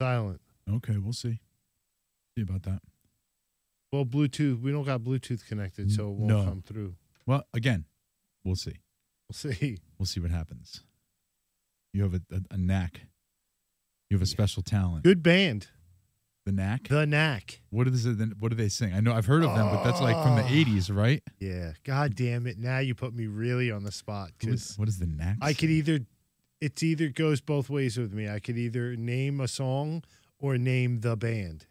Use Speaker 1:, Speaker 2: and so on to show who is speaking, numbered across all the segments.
Speaker 1: silent.
Speaker 2: Okay, we'll see. See about that.
Speaker 1: Well, Bluetooth. We don't got Bluetooth connected, so it won't
Speaker 2: No.
Speaker 1: come through.
Speaker 2: Well, again, we'll see.
Speaker 1: We'll see.
Speaker 2: We'll see what happens. You have a, a, a knack. You have a special talent.
Speaker 1: Good band,
Speaker 2: The knack.
Speaker 1: The Knack.
Speaker 2: What is it? Then what do they sing? I know I've heard of them, but that's like from the
Speaker 1: Ah.
Speaker 2: '80s, right?
Speaker 1: Yeah. God damn it! Now you put me really on the spot
Speaker 2: What is,
Speaker 1: because
Speaker 2: what is the knack?
Speaker 1: I could
Speaker 2: sing?
Speaker 1: either. It's either goes both ways with me. I could either name a song or name the band.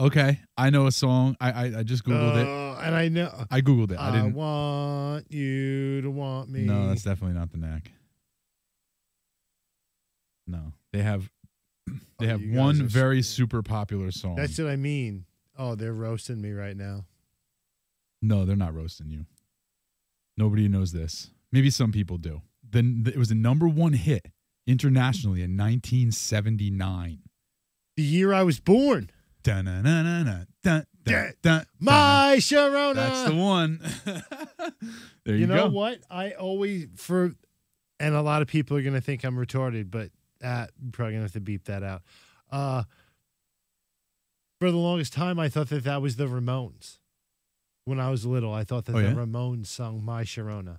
Speaker 2: Okay, I know a song. I I, I just googled it.
Speaker 1: Uh, and I know.
Speaker 2: I googled it.
Speaker 1: I,
Speaker 2: I didn't.
Speaker 1: want you to want me.
Speaker 2: No, that's definitely not the knack. No, they have they
Speaker 1: Oh,
Speaker 2: have
Speaker 1: you guys
Speaker 2: one
Speaker 1: are
Speaker 2: very
Speaker 1: screwed.
Speaker 2: super popular song.
Speaker 1: That's what I mean. Oh, they're roasting me right now.
Speaker 2: No, they're not roasting you. Nobody knows this. Maybe some people do. Then it was a number one hit internationally in 1979.
Speaker 1: The year I was born.
Speaker 2: Dun, dun, dun, dun, dun, dun, dun, dun.
Speaker 1: My Sharona.
Speaker 2: That's the one. there you,
Speaker 1: you know
Speaker 2: go.
Speaker 1: what? I always for, and a lot of people are gonna think I'm retarded, but uh, I'm probably gonna have to beep that out. Uh, for the longest time, I thought that that was the Ramones. When I was little, I thought that
Speaker 2: Oh,
Speaker 1: the
Speaker 2: yeah?
Speaker 1: Ramones sung "My Sharona."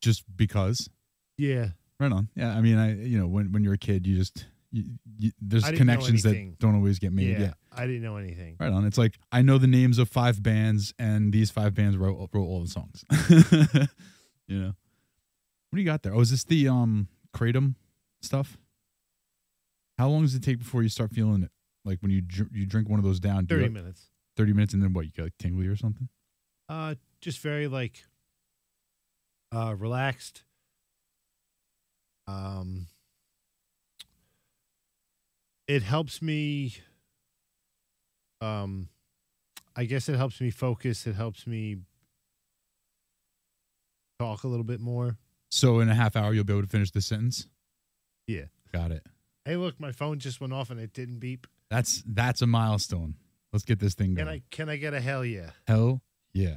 Speaker 2: Just because.
Speaker 1: Yeah,
Speaker 2: Right on. Yeah, I mean, I you know when when you're a kid, you just you, you, there's
Speaker 1: I didn't know
Speaker 2: connections
Speaker 1: anything.
Speaker 2: that don't always get made.
Speaker 1: yeah.
Speaker 2: Yeah.
Speaker 1: I didn't know anything.
Speaker 2: Right on. It's like I know the names of five bands, and these five bands wrote wrote all the songs. you know. What do you got there? Oh, is this the um kratom stuff? How long does it take before you start feeling it? Like when you dr- you drink one of those down, do you
Speaker 1: Thirty
Speaker 2: like
Speaker 1: minutes.
Speaker 2: thirty minutes, and then what? You get like tingly or something?
Speaker 1: Uh, just very like uh, relaxed. Um, it helps me. Um, I guess it helps me focus. It helps me talk a little bit more.
Speaker 2: So in a half hour, you'll be able to finish the sentence.
Speaker 1: Yeah.
Speaker 2: Got it.
Speaker 1: Hey, look, my phone just went off and it didn't beep.
Speaker 2: That's that's a milestone. Let's get this thing
Speaker 1: Can
Speaker 2: going.
Speaker 1: I can I get a hell yeah?
Speaker 2: Hell yeah.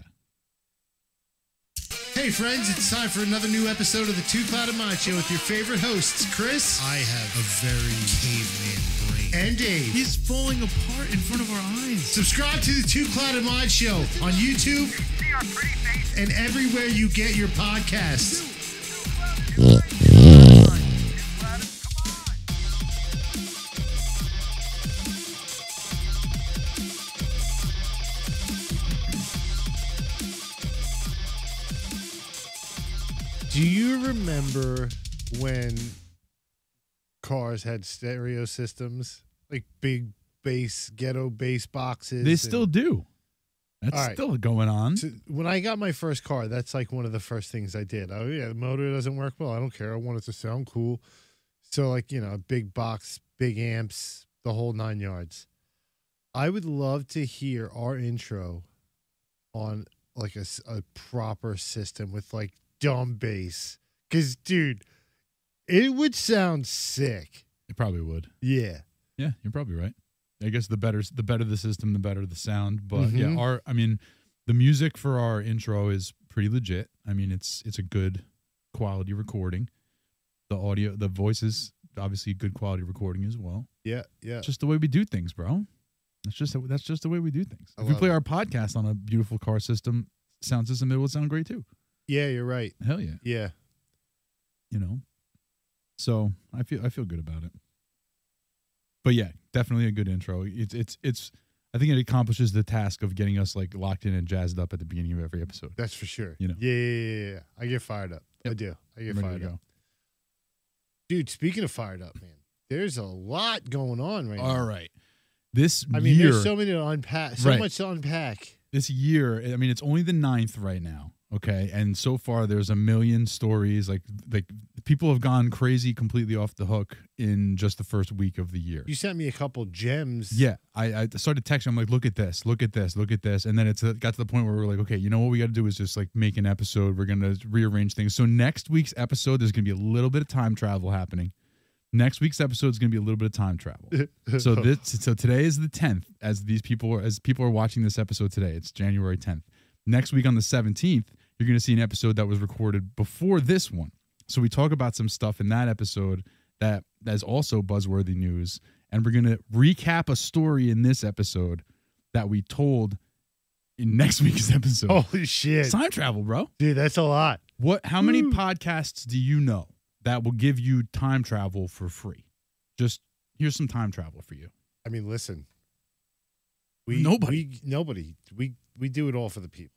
Speaker 1: Hey friends, it's time for another new episode of the Two Clouded Mind Show with your favorite hosts, Chris
Speaker 3: I have a very caveman brain.
Speaker 1: and Dave.
Speaker 3: He's falling apart in front of our eyes.
Speaker 1: Subscribe to the Two Clouded Mind Show on YouTube and everywhere you get your podcasts. Do you remember when cars had stereo systems, like big bass, ghetto bass boxes?
Speaker 2: They
Speaker 1: and-
Speaker 2: still do. That's
Speaker 1: All right.
Speaker 2: still going on.
Speaker 1: So when I got my first car, that's like one of the first things I did. Oh yeah, the motor doesn't work well. I don't care. I want it to sound cool. So like you know, big box, big amps, the whole nine yards. I would love to hear our intro on like a, s- a proper system with like dumb bass, because dude, it would sound sick.
Speaker 2: It probably would.
Speaker 1: Yeah,
Speaker 2: Yeah, you're probably right. I guess the better the better the system, the better the sound. But
Speaker 1: Mhm.
Speaker 2: yeah, our I mean, the music for our intro is pretty legit. I mean, it's it's a good quality recording. The audio, the voices, obviously good quality recording as well.
Speaker 1: yeah, yeah.
Speaker 2: It's just the way we do things, bro. That's just that's just the way we do things.
Speaker 1: I
Speaker 2: if we
Speaker 1: love
Speaker 2: play
Speaker 1: it.
Speaker 2: our podcast on a beautiful car system, sound system, it would sound great too.
Speaker 1: Yeah, you're right.
Speaker 2: Hell yeah.
Speaker 1: Yeah.
Speaker 2: you know. So I feel I feel good about it. But yeah, definitely a good intro. It's it's it's I think it accomplishes the task of getting us like locked in and jazzed up at the beginning of every episode.
Speaker 1: That's for sure.
Speaker 2: You know.
Speaker 1: Yeah, yeah, yeah, yeah. I get fired up. I do. I get
Speaker 2: I'm ready
Speaker 1: fired
Speaker 2: to
Speaker 1: up. Dude, speaking of fired up, man, there's a lot going on right
Speaker 2: go. All
Speaker 1: now.
Speaker 2: right. This
Speaker 1: I mean,
Speaker 2: year,
Speaker 1: there's so many to unpack, so
Speaker 2: Right.
Speaker 1: much to unpack.
Speaker 2: this year, I mean, it's only the ninth right now. Okay, and so far there's a million stories. Like like people have gone crazy, completely off the hook in just the first week of the year.
Speaker 1: You sent me a couple gems.
Speaker 2: Yeah, I, I started texting. I'm like, look at this, look at this, look at this, and then it's it got to the point where we are like, okay, you know what we got to do is just like make an episode. We're gonna rearrange things. So next week's episode, there's gonna be a little bit of time travel happening. Next week's episode is gonna be a little bit of time travel. so this, so today is the 10th. As these people are, as people are watching this episode today, it's January 10th. Next week on the 17th, you're gonna see an episode that was recorded before this one. So we talk about some stuff in that episode that that is also buzzworthy news, and we're gonna recap a story in this episode that we told in next week's episode.
Speaker 1: Holy Oh, shit. Hmm.
Speaker 2: time travel, bro.
Speaker 1: Dude, that's a lot.
Speaker 2: What? How many
Speaker 1: Woo.
Speaker 2: podcasts do you know that will give you time travel for free? Just here's some time travel for you.
Speaker 1: I mean, listen. We
Speaker 2: Nobody.
Speaker 1: we, nobody. We we do it all for the people.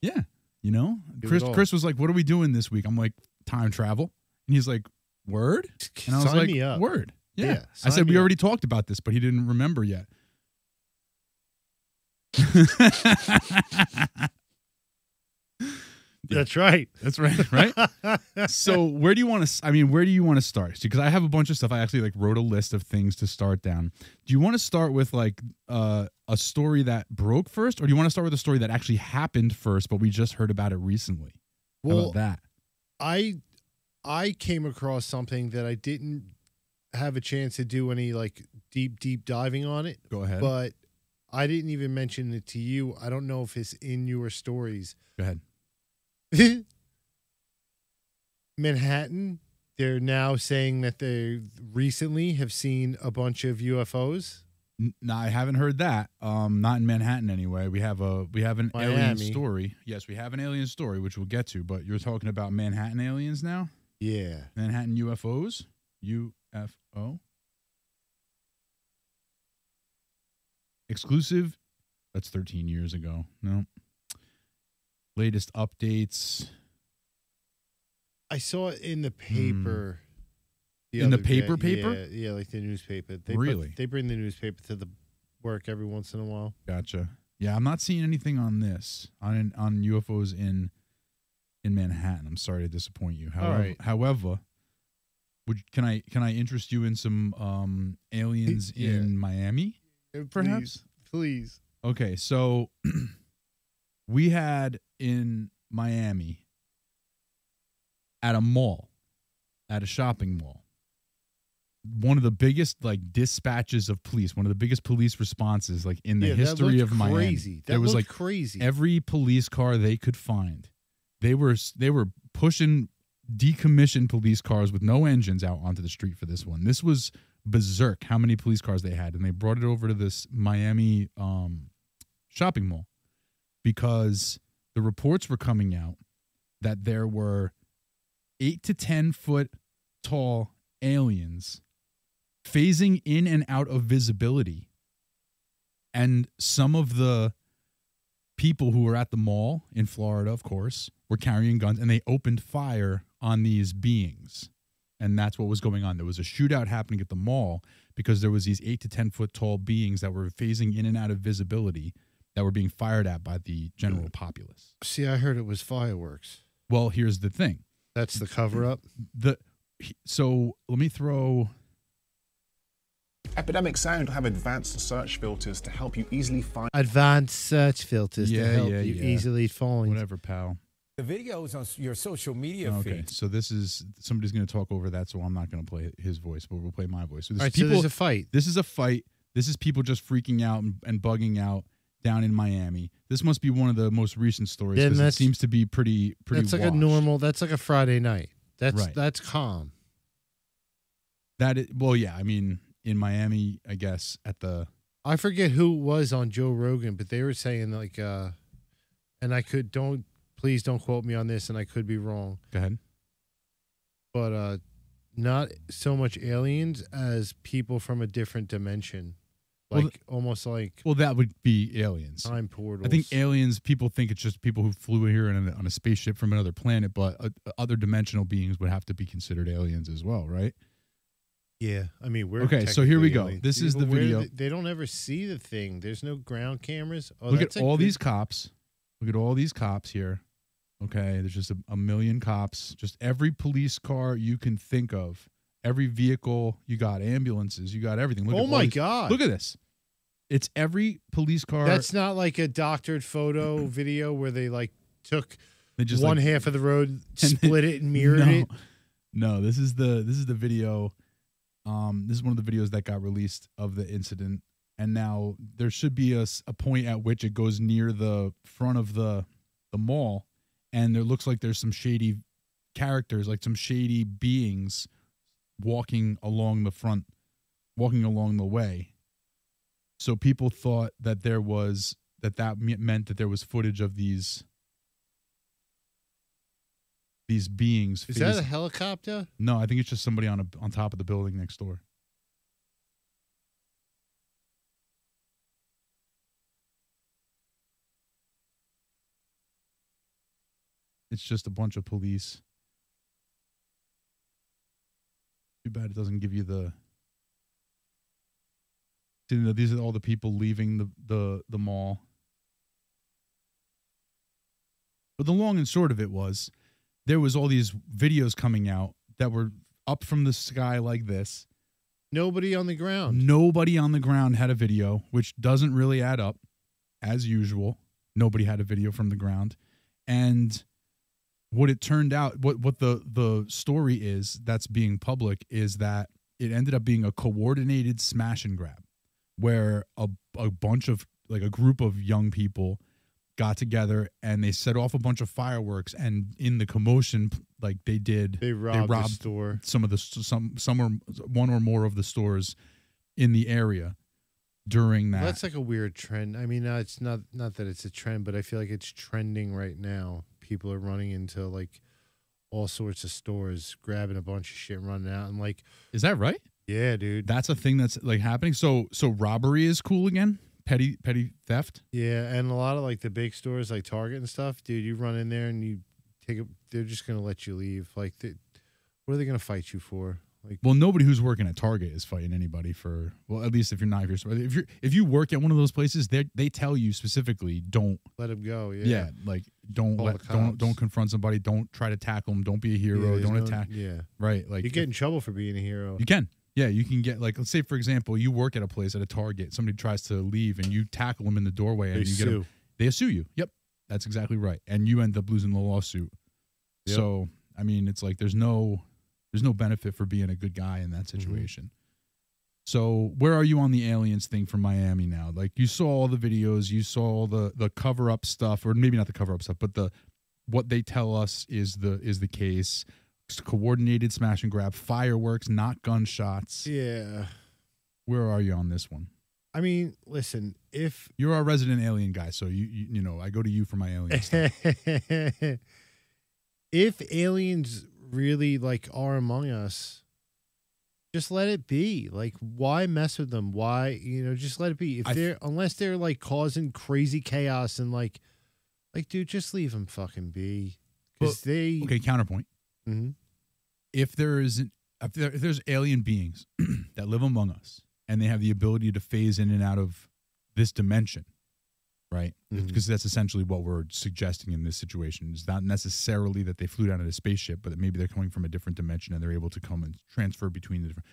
Speaker 2: You know,
Speaker 1: it
Speaker 2: Chris.
Speaker 1: all.
Speaker 2: Chris was like, "What are we doing this week?" I'm like, "Time travel," and he's like, "Word." And I was
Speaker 1: Sign
Speaker 2: like,
Speaker 1: me up.
Speaker 2: "Word." Yeah.
Speaker 1: Yeah,
Speaker 2: I
Speaker 1: sign
Speaker 2: said
Speaker 1: me
Speaker 2: we
Speaker 1: up.
Speaker 2: already talked about this, but he didn't remember yet.
Speaker 1: That's right.
Speaker 2: That's right, right? so where do you want to i mean where do you want to start because i have a bunch of stuff i actually like wrote a list of things to start down do you want to start with like uh, a story that broke first or do you want to start with a story that actually happened first but we just heard about it recently how
Speaker 1: well,
Speaker 2: about that
Speaker 1: I I came across something that I didn't have a chance to do any like deep deep diving on it,
Speaker 2: go ahead
Speaker 1: but I didn't even mention it to you. I don't know if it's in your stories.
Speaker 2: go ahead
Speaker 1: Manhattan, they're now saying that they recently have seen a bunch of UFOs.
Speaker 2: N- no i haven't heard that um not in manhattan anyway we have a we have an alien
Speaker 1: Miami.
Speaker 2: story yes we have an alien story which we'll get to but you're talking about manhattan aliens now
Speaker 1: Yeah.
Speaker 2: manhattan ufos ufo exclusive that's 13 years ago no latest updates
Speaker 1: I saw it in the paper.
Speaker 2: Hmm. In the
Speaker 1: other day.
Speaker 2: paper paper?
Speaker 1: Yeah, yeah, like the newspaper. They put-
Speaker 2: Really?
Speaker 1: they bring the newspaper to the work every once in a while.
Speaker 2: gotcha yeah i'm not seeing anything on this on on ufos in in manhattan i'm sorry to disappoint you
Speaker 1: All
Speaker 2: however
Speaker 1: right.
Speaker 2: however would can i can i interest you in some um aliens
Speaker 1: Yeah.
Speaker 2: in miami Perhaps.
Speaker 1: Please.
Speaker 2: Okay, so we had in Miami at a mall, at a shopping mall, one of the biggest like dispatches of police, one of the biggest police responses like in the
Speaker 1: yeah,
Speaker 2: history
Speaker 1: that
Speaker 2: of
Speaker 1: looked
Speaker 2: Miami.
Speaker 1: crazy. That
Speaker 2: there was like
Speaker 1: looked crazy.
Speaker 2: every police car they could find. They were they were pushing decommissioned police cars with no engines out onto the street for this one. This was berserk how many police cars they had and they brought it over to this Miami um shopping mall because the reports were coming out that there were 8 to 10 foot tall aliens phasing in and out of visibility and some of the people who were at the mall in Florida, of course, were carrying guns and they opened fire on these beings. And that's what was going on. There was a shootout happening at the mall because there was these eight to ten foot tall beings that were phasing in and out of visibility that were being fired at by the general populace.
Speaker 1: See, I heard it was fireworks.
Speaker 2: Well, here's the thing.
Speaker 1: That's the cover up.
Speaker 2: The he- so let me throw
Speaker 4: Epidemic Sound have advanced search filters to help you easily find.
Speaker 1: Advanced search filters
Speaker 2: Yeah,
Speaker 1: to help
Speaker 2: yeah,
Speaker 1: you
Speaker 2: yeah.
Speaker 1: easily find.
Speaker 2: whatever, pal.
Speaker 5: The videos on your social media
Speaker 2: Okay,
Speaker 5: feeds.
Speaker 2: so this is somebody's going to talk over that, so I'm not going to play his voice, but we'll play my voice. So
Speaker 1: All
Speaker 2: there's
Speaker 1: right, so
Speaker 2: people
Speaker 1: there's a fight.
Speaker 2: This is a fight. This is people just freaking out and, and bugging out down in Miami. This must be one of the most recent stories
Speaker 1: Then
Speaker 2: because it
Speaker 1: that's-
Speaker 2: seems to be pretty pretty.
Speaker 1: That's like a
Speaker 2: washed.
Speaker 1: normal. That's like a Friday night. That's
Speaker 2: Right.
Speaker 1: that's calm.
Speaker 2: That is, well, yeah. I mean, in Miami, I guess at the
Speaker 1: I forget who it was on Joe Rogan, but they were saying like, uh and I could don't please don't quote me on this, and I could be wrong,
Speaker 2: go ahead.
Speaker 1: but uh not so much aliens as people from a different dimension,
Speaker 2: Well,
Speaker 1: like almost like
Speaker 2: Well, that would be aliens.
Speaker 1: time portals.
Speaker 2: I think aliens. People think it's just people who flew here in a, on a spaceship from another planet, but uh, other dimensional beings would have to be considered aliens as well, right?
Speaker 1: yeah, I mean we're
Speaker 2: Okay, so here we
Speaker 1: technically
Speaker 2: go.
Speaker 1: aliens.
Speaker 2: This
Speaker 1: Yeah,
Speaker 2: is
Speaker 1: but
Speaker 2: the
Speaker 1: where
Speaker 2: video.
Speaker 1: They, they don't ever see the thing. There's no ground cameras. Oh,
Speaker 2: Look
Speaker 1: that's
Speaker 2: at
Speaker 1: a
Speaker 2: all
Speaker 1: good-
Speaker 2: these cops. Look at all these cops here. Okay, there's just a, a million cops. Just every police car you can think of, every vehicle. You got ambulances. You got everything. Look at
Speaker 1: oh
Speaker 2: all
Speaker 1: my
Speaker 2: these-
Speaker 1: god!
Speaker 2: Look at this. It's every police car.
Speaker 1: That's not like a doctored photo video where they like took
Speaker 2: they just
Speaker 1: one
Speaker 2: like,
Speaker 1: half of the road,
Speaker 2: then-
Speaker 1: split it, and mirrored
Speaker 2: no,
Speaker 1: it.
Speaker 2: No, this is the this is the video. Um, this is one of the videos that got released of the incident, and now there should be a, s- a point at which it goes near the front of the the mall, and there looks like there's some shady characters, like some shady beings, walking along the front, walking along the way. So people thought that there was that that me- meant that there was footage of these these beings.
Speaker 1: Is that a
Speaker 2: face-
Speaker 1: helicopter?
Speaker 2: no, I think it's just somebody on a on top of the building next door. It's just a bunch of police. Too bad it doesn't give you the. You know, these are all the people leaving the, the, the mall. But the long and short of it was there was all these videos coming out that were up from the sky like this.
Speaker 1: Nobody on the ground.
Speaker 2: Nobody on the ground had a video, which doesn't really add up as usual. Nobody had a video from the ground. And what it turned out what what the the story is that's being public is that it ended up being a coordinated smash and grab where a a bunch of like a group of young people got together and they set off a bunch of fireworks and in the commotion like they did
Speaker 1: They robbed, the
Speaker 2: robbed
Speaker 1: store.
Speaker 2: some of the some some or one or more of the stores in the area during that.
Speaker 1: That's like a weird trend. I mean, uh, it's not not that it's a trend, but I feel like it's trending right now. People are running into like all sorts of stores, grabbing a bunch of shit, and running out, and like,
Speaker 2: is that right?
Speaker 1: yeah, dude,
Speaker 2: That's a thing that's like happening. So so robbery is cool again. Petty petty theft.
Speaker 1: yeah, and a lot of like the big stores, like Target and stuff, dude. You run in there and you take a, They're just gonna let you leave. Like, they, what are they gonna fight you for? Like,
Speaker 2: Well, nobody who's working at Target is fighting anybody for. Well, at least if you're not if you're if you if you work at one of those places, they they tell you specifically don't
Speaker 1: let them go. Yeah.
Speaker 2: yeah, like don't
Speaker 1: Call
Speaker 2: let,
Speaker 1: the
Speaker 2: don't
Speaker 1: cops.
Speaker 2: don't confront somebody, don't try to tackle them, don't be a
Speaker 1: Yeah,
Speaker 2: hero,
Speaker 1: there's
Speaker 2: don't
Speaker 1: no-
Speaker 2: attack
Speaker 1: Yeah,
Speaker 2: right like
Speaker 1: you get in trouble for being a hero.
Speaker 2: You can. Yeah, you can get like let's say for example, you work at a place at a Target, somebody tries to leave and you tackle them in the doorway and
Speaker 1: They
Speaker 2: you get
Speaker 1: sue.
Speaker 2: them, they sue you. Yep. That's exactly right. And you end up losing the lawsuit.
Speaker 1: Yep.
Speaker 2: So, I mean, it's like there's no there's no benefit for being a good guy in
Speaker 1: Mm-hmm.
Speaker 2: that situation. So, where are you on the aliens thing from Miami now? Like you saw all the videos, you saw all the the cover up stuff or maybe not the cover up stuff, but the what they tell us is the is the case. Coordinated smash and grab, fireworks, not gunshots.
Speaker 1: Yeah.
Speaker 2: Where are you on this one?
Speaker 1: I mean, listen, if
Speaker 2: You're our resident alien guy, so you you, you know I go to you for my alien stuff.
Speaker 1: if aliens really like are among us, just let it be. Like, why mess with them? Why you know, just let it be. If
Speaker 2: I-
Speaker 1: they're unless they're like causing crazy chaos and like, like, dude, just leave them fucking be because they.
Speaker 2: Okay, counterpoint.
Speaker 1: Mhm.
Speaker 2: If there is an, if, there, if there's alien beings that live among us and they have the ability to phase in and out of this dimension, right?
Speaker 1: Mhm.
Speaker 2: Because that's essentially what we're suggesting in this situation. It's not necessarily that they flew down in a spaceship, but that maybe they're coming from a different dimension and they're able to come and transfer between the different.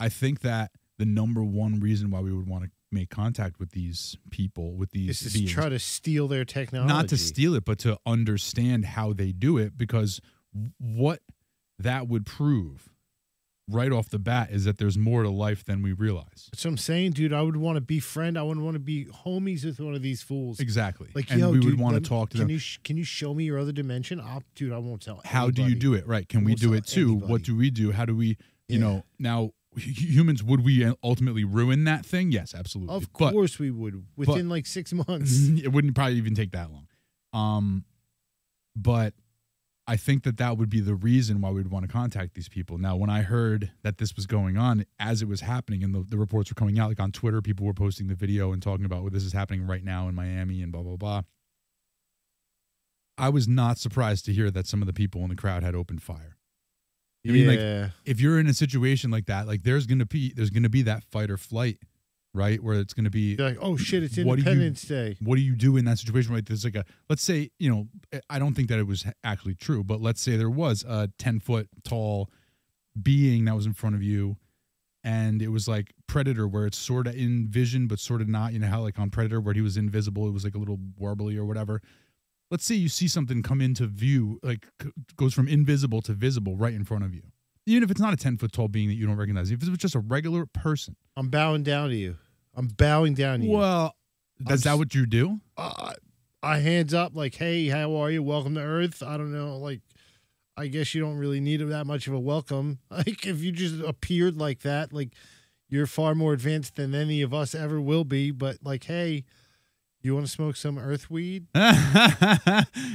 Speaker 2: I think that the number one reason why we would want to make contact with these people, with these
Speaker 1: This is
Speaker 2: beings,
Speaker 1: try to steal their technology.
Speaker 2: not to steal it, but to understand how they do it. Because w- what that would prove right off the bat is that there's more to life than we realize.
Speaker 1: That's what I'm saying, dude. I would want to be friend. I would want to be homies with one of these fools.
Speaker 2: Exactly.
Speaker 1: Like,
Speaker 2: and
Speaker 1: yo,
Speaker 2: we
Speaker 1: dude,
Speaker 2: would want
Speaker 1: lem-
Speaker 2: to talk to
Speaker 1: can
Speaker 2: them.
Speaker 1: You sh- can you show me your other dimension? I'll, dude, I won't tell.
Speaker 2: how do you
Speaker 1: anybody.
Speaker 2: do it? Right. Can we
Speaker 1: Almost
Speaker 2: do
Speaker 1: not
Speaker 2: it too? What
Speaker 1: anybody.
Speaker 2: do we do? How do we, you know, now hu- humans, would we ultimately ruin that thing? Yes, absolutely.
Speaker 1: Of
Speaker 2: But-
Speaker 1: course we would. Within like six months.
Speaker 2: it wouldn't probably even take that long. Um, but I think that that would be the reason why we'd want to contact these people. Now, when I heard that this was going on as it was happening and the, the reports were coming out, like on Twitter, people were posting the video and talking about, well, this is happening right now in Miami and blah, blah, blah. I was not surprised to hear that some of the people in the crowd had opened fire. I mean, like,
Speaker 1: yeah.
Speaker 2: if you're in a situation like that, like there's gonna be there's gonna be that fight or flight, right? Where it's gonna be
Speaker 1: They're like, oh shit, it's
Speaker 2: what do you-
Speaker 1: Independence Day.
Speaker 2: what do you do in that situation right there's like a let's say you know i don't think that it was actually true but let's say there was a 10 foot tall being that was in front of you and it was like predator where it's sort of in vision but sort of not you know how like on predator where he was invisible it was like a little warbly or whatever let's say you see something come into view like c- goes from invisible to visible right in front of you even if it's not a 10 foot tall being that you don't recognize if it was just a regular person
Speaker 1: I'm bowing down to you. I'm bowing down to you.
Speaker 2: well is that
Speaker 1: s-
Speaker 2: what you do
Speaker 1: Uh, I hands up like, hey, how are you? Welcome to Earth. I don't know. Like, I guess you don't really need that much of a welcome. Like if you just appeared like that, like you're far more advanced than any of us ever will be. But like, hey, you want to smoke some earth weed?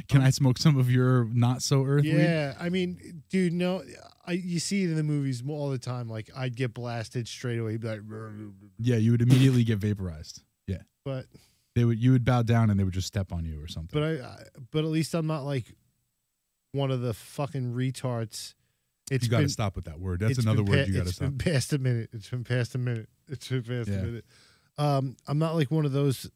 Speaker 2: Can I smoke some of your not so earthly?
Speaker 1: Yeah, I mean, dude, no, I you see it in the movies all the time. Like I'd get blasted straight away, be like,
Speaker 2: Yeah, you would immediately get vaporized. Yeah.
Speaker 1: but
Speaker 2: They would you would bow down and they would just step on you or something.
Speaker 1: but I, I but at least I'm not like one of the fucking retards. It's
Speaker 2: you got to
Speaker 1: been-
Speaker 2: stop with that word. That's
Speaker 1: It's
Speaker 2: another
Speaker 1: been
Speaker 2: word
Speaker 1: pa-
Speaker 2: you got to
Speaker 1: it's
Speaker 2: stop.
Speaker 1: been past a minute. It's been past a minute. It's been past
Speaker 2: Yeah.
Speaker 1: a minute. Um, I'm not like one of those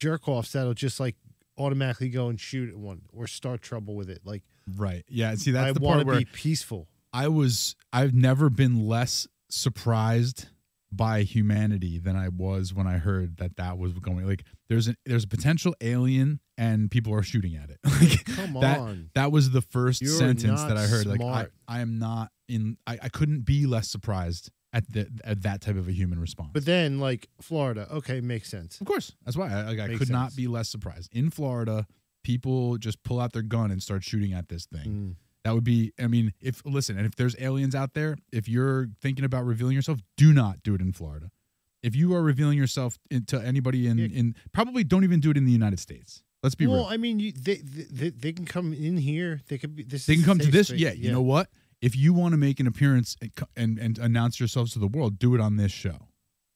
Speaker 1: jerk offs that'll just like automatically go and shoot at one or start trouble with it. Like
Speaker 2: Right. Yeah. See, that's
Speaker 1: I
Speaker 2: the
Speaker 1: want to
Speaker 2: part where
Speaker 1: be peaceful.
Speaker 2: I was I've never been less surprised by humanity than I was when I heard that that was going like there's a there's a potential alien and people are shooting at it. Like
Speaker 1: Come
Speaker 2: that
Speaker 1: on.
Speaker 2: that was the 1st
Speaker 1: You're
Speaker 2: sentence
Speaker 1: not
Speaker 2: that I heard like
Speaker 1: smart.
Speaker 2: I, I am not in I, I couldn't be less surprised at the at that type of a human response.
Speaker 1: But then like Florida, okay, makes sense.
Speaker 2: of course, that's why I, like, I
Speaker 1: Makes
Speaker 2: could not
Speaker 1: sense.
Speaker 2: be less surprised. In Florida, people just pull out their gun and start shooting at this
Speaker 1: Mm.
Speaker 2: thing. That would be, I mean, if listen, and if there's aliens out there, if you're thinking about revealing yourself, do not do it in Florida. If you are revealing yourself in, to anybody in,
Speaker 1: Yeah.
Speaker 2: in, probably don't even do it in the United States. Let's be
Speaker 1: Well,
Speaker 2: real.
Speaker 1: I mean, you, they, they they can come in here. They could be. This
Speaker 2: they
Speaker 1: is
Speaker 2: can
Speaker 1: a
Speaker 2: come to
Speaker 1: safe
Speaker 2: this.
Speaker 1: space.
Speaker 2: Yeah, you know what? If you want to make an appearance and, co- and and announce yourselves to the world, do it on this show.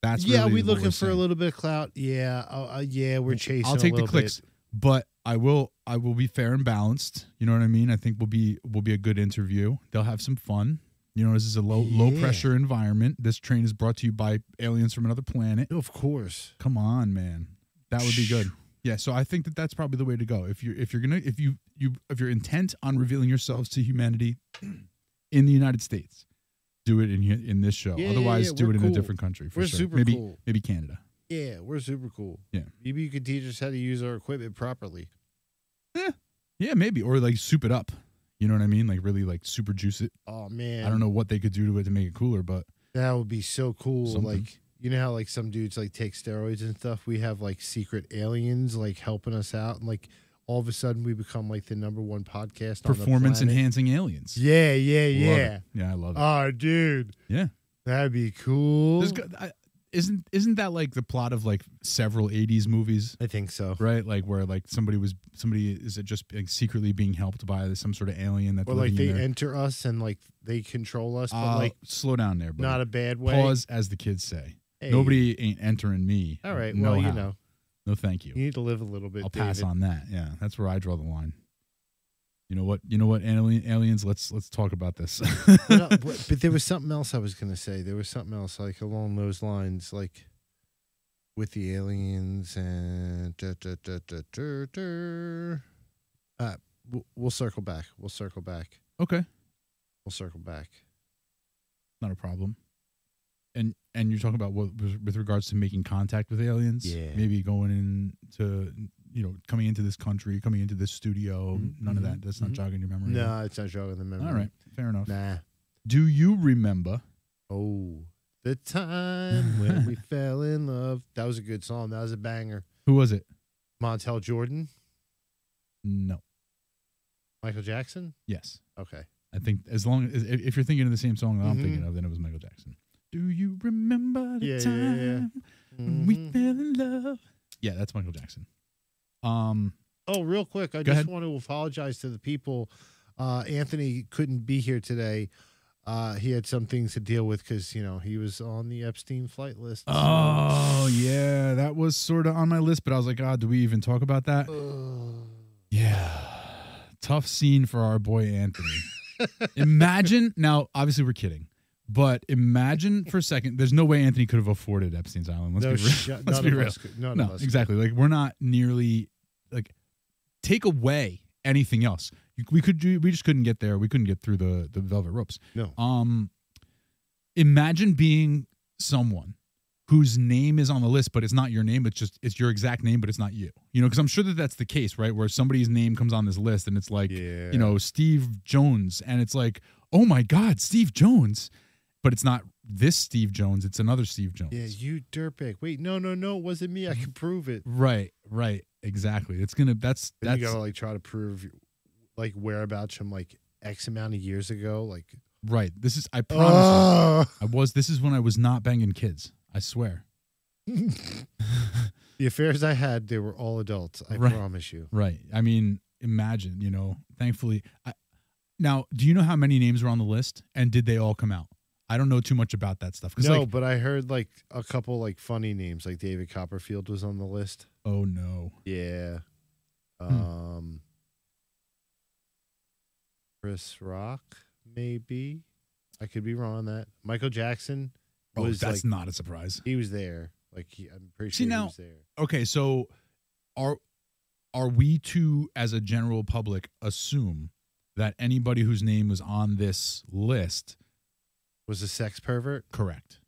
Speaker 2: That's
Speaker 1: yeah,
Speaker 2: really
Speaker 1: we
Speaker 2: what
Speaker 1: looking
Speaker 2: we're
Speaker 1: for a
Speaker 2: saying.
Speaker 1: little bit of clout. Yeah, uh, uh, yeah, we're chasing.
Speaker 2: I'll
Speaker 1: a
Speaker 2: take the
Speaker 1: little bit.
Speaker 2: clicks, but I will I will be fair and balanced. You know what I mean? I think we'll be we'll be a good interview. They'll have some fun. You know, this is a low low
Speaker 1: Yeah.
Speaker 2: pressure environment. This train is brought to you by aliens from another planet.
Speaker 1: Of course.
Speaker 2: Come on, man, that would be good. Yeah, so I think that that's probably the way to go. If you're if you're gonna if you you if you're intent on revealing yourselves to humanity in the United States, do it in here- in this show.
Speaker 1: Yeah, yeah,
Speaker 2: Otherwise,
Speaker 1: yeah,
Speaker 2: do
Speaker 1: we're
Speaker 2: it in a
Speaker 1: cool.
Speaker 2: different country. For
Speaker 1: We're
Speaker 2: sure.
Speaker 1: super
Speaker 2: maybe
Speaker 1: cool.
Speaker 2: maybe Canada.
Speaker 1: Yeah, we're super cool.
Speaker 2: Yeah.
Speaker 1: Maybe you could teach us how to use our equipment properly.
Speaker 2: Yeah, maybe. Or like soup it up. You know what I mean? Like really like super juice it.
Speaker 1: Oh man,
Speaker 2: I don't know what they could do to it to make it cooler, but
Speaker 1: That would be so cool.
Speaker 2: Something.
Speaker 1: Like you know how like some dudes like take steroids and stuff. We have like secret aliens like helping us out, and like all of a sudden we become like the number one podcast.
Speaker 2: performance
Speaker 1: on the planet.
Speaker 2: enhancing aliens.
Speaker 1: Yeah, yeah,
Speaker 2: Love
Speaker 1: yeah.
Speaker 2: it. Yeah, I love it.
Speaker 1: Oh, dude,
Speaker 2: yeah.
Speaker 1: that'd be cool.
Speaker 2: There's go- I- isn't isn't that like the plot of like several 80s movies?
Speaker 1: I think so.
Speaker 2: Right, like where like somebody was somebody is it just like secretly being helped by some sort of alien that's
Speaker 1: Or like
Speaker 2: living
Speaker 1: they
Speaker 2: in their-
Speaker 1: enter us and like they control us, but
Speaker 2: Uh,
Speaker 1: like
Speaker 2: slow down there, buddy.
Speaker 1: not a bad way.
Speaker 2: pause, as the kids say.
Speaker 1: Hey.
Speaker 2: Nobody ain't entering me.
Speaker 1: All right.
Speaker 2: No
Speaker 1: well,
Speaker 2: how.
Speaker 1: you know,
Speaker 2: no, thank you.
Speaker 1: you need to live a little bit.
Speaker 2: I'll pass
Speaker 1: David.
Speaker 2: on that. Yeah, that's where I draw the line. You know what? You know what? Alien, aliens. Let's let's talk about this.
Speaker 1: but, uh, but, but there was something else I was gonna say. There was something else like along those lines, like with the aliens and. Da, da, da, da, da, da. Uh, w- we'll circle back. We'll circle back.
Speaker 2: okay,
Speaker 1: We'll circle back.
Speaker 2: not a problem. And and you're talking about what with with regards to making contact with aliens.
Speaker 1: Yeah.
Speaker 2: Maybe going into you know coming into this country, coming into this studio.
Speaker 1: Mhm,
Speaker 2: None of
Speaker 1: mhm,
Speaker 2: that. That's not
Speaker 1: mhm.
Speaker 2: jogging your memory.
Speaker 1: No, it's not jogging the memory.
Speaker 2: All right. Fair enough.
Speaker 1: Nah.
Speaker 2: Do you remember?
Speaker 1: Oh, the time when we fell in love. That was a good song. That was a banger.
Speaker 2: Who was it?
Speaker 1: Montel Jordan,
Speaker 2: No.
Speaker 1: Michael Jackson.
Speaker 2: Yes.
Speaker 1: Okay.
Speaker 2: I think as long as if if you're thinking of the same song that I'm
Speaker 1: Mhm.
Speaker 2: thinking of, then it was Michael Jackson. Do you remember the
Speaker 1: Yeah, yeah,
Speaker 2: time?
Speaker 1: yeah.
Speaker 2: When we
Speaker 1: Mhm.
Speaker 2: fell in love. Yeah, that's Michael Jackson. Um,
Speaker 1: Oh, real quick, I
Speaker 2: Go
Speaker 1: just
Speaker 2: ahead.
Speaker 1: want to apologize to the people. Uh, Anthony couldn't be here today. Uh, he had some things to deal with because you know he was on the Epstein flight list. so-
Speaker 2: oh yeah, that was sort of on my list, but I was like, God, do we even talk about that? Yeah, tough scene for our boy Anthony. imagine now. Obviously, we're kidding, but imagine for a second. There's no way Anthony could have afforded Epstein's Island. Let's
Speaker 1: no,
Speaker 2: be real.
Speaker 1: sh- none
Speaker 2: Let's
Speaker 1: of
Speaker 2: be real.
Speaker 1: us could- none of
Speaker 2: No,
Speaker 1: us. could.
Speaker 2: exactly. Like we're not nearly like take away anything else. You- We could do. We just couldn't get there. We couldn't get through the the velvet ropes.
Speaker 1: No.
Speaker 2: Um, imagine being someone whose name is on the list, but it's not your name. It's just it's your exact name, but it's not you. You know, because I'm sure that that's the case, right? Where somebody's name comes on this list, and it's like
Speaker 1: Yeah.
Speaker 2: you know Steve Jones, and it's like oh my God, Steve Jones, but it's not this Steve Jones. It's another Steve Jones.
Speaker 1: Yeah, you dirtbag. Wait, no, no, no, it wasn't me. I
Speaker 2: Mm-hmm.
Speaker 1: can prove it.
Speaker 2: Right, right, exactly. It's gonna. That's
Speaker 1: Then
Speaker 2: that's
Speaker 1: you gotta like try to prove, like whereabouts from like X amount of years ago. Like,
Speaker 2: Right. This is I promise. you,
Speaker 1: oh,
Speaker 2: I was. This is when I was not banging kids. I swear.
Speaker 1: the affairs I had, they were all adults. I
Speaker 2: Right.
Speaker 1: promise you.
Speaker 2: Right. I mean, imagine. You know. Thankfully, I, now do you know how many names were on the list and did they all come out? I don't know too much about that stuff. 'cause,
Speaker 1: No,
Speaker 2: Like,
Speaker 1: but I heard like a couple like funny names, like David Copperfield was on the list.
Speaker 2: oh no.
Speaker 1: Yeah.
Speaker 2: Hmm.
Speaker 1: Um Chris Rock, maybe. I could be wrong on that. Michael Jackson
Speaker 2: Oh,
Speaker 1: was
Speaker 2: that's
Speaker 1: like
Speaker 2: not a surprise.
Speaker 1: he was there. Like he, I'm pretty
Speaker 2: See,
Speaker 1: sure
Speaker 2: now-
Speaker 1: he was there.
Speaker 2: Okay. So, are are we to, as a general public, assume that anybody whose name was on this list
Speaker 1: Was a sex pervert?
Speaker 2: correct?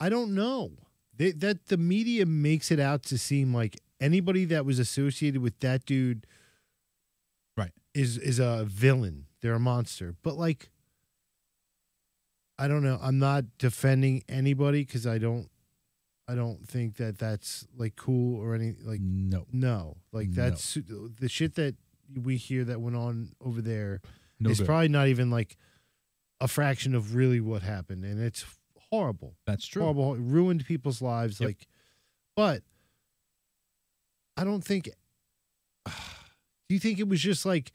Speaker 1: I don't know. They, that the media makes it out to seem like anybody that was associated with that dude
Speaker 2: Right.
Speaker 1: is is a villain. They're a monster. But like I don't know. I'm not defending anybody cuz I don't I don't think that that's like cool or any like
Speaker 2: no.
Speaker 1: no. Like
Speaker 2: No.
Speaker 1: that's the shit that we hear that went on over there
Speaker 2: No.
Speaker 1: is
Speaker 2: good.
Speaker 1: probably not even like a fraction of really what happened and it's horrible
Speaker 2: that's true.
Speaker 1: horrible, it ruined people's lives.
Speaker 2: Yep.
Speaker 1: Like, but I don't think. Do you think it was just like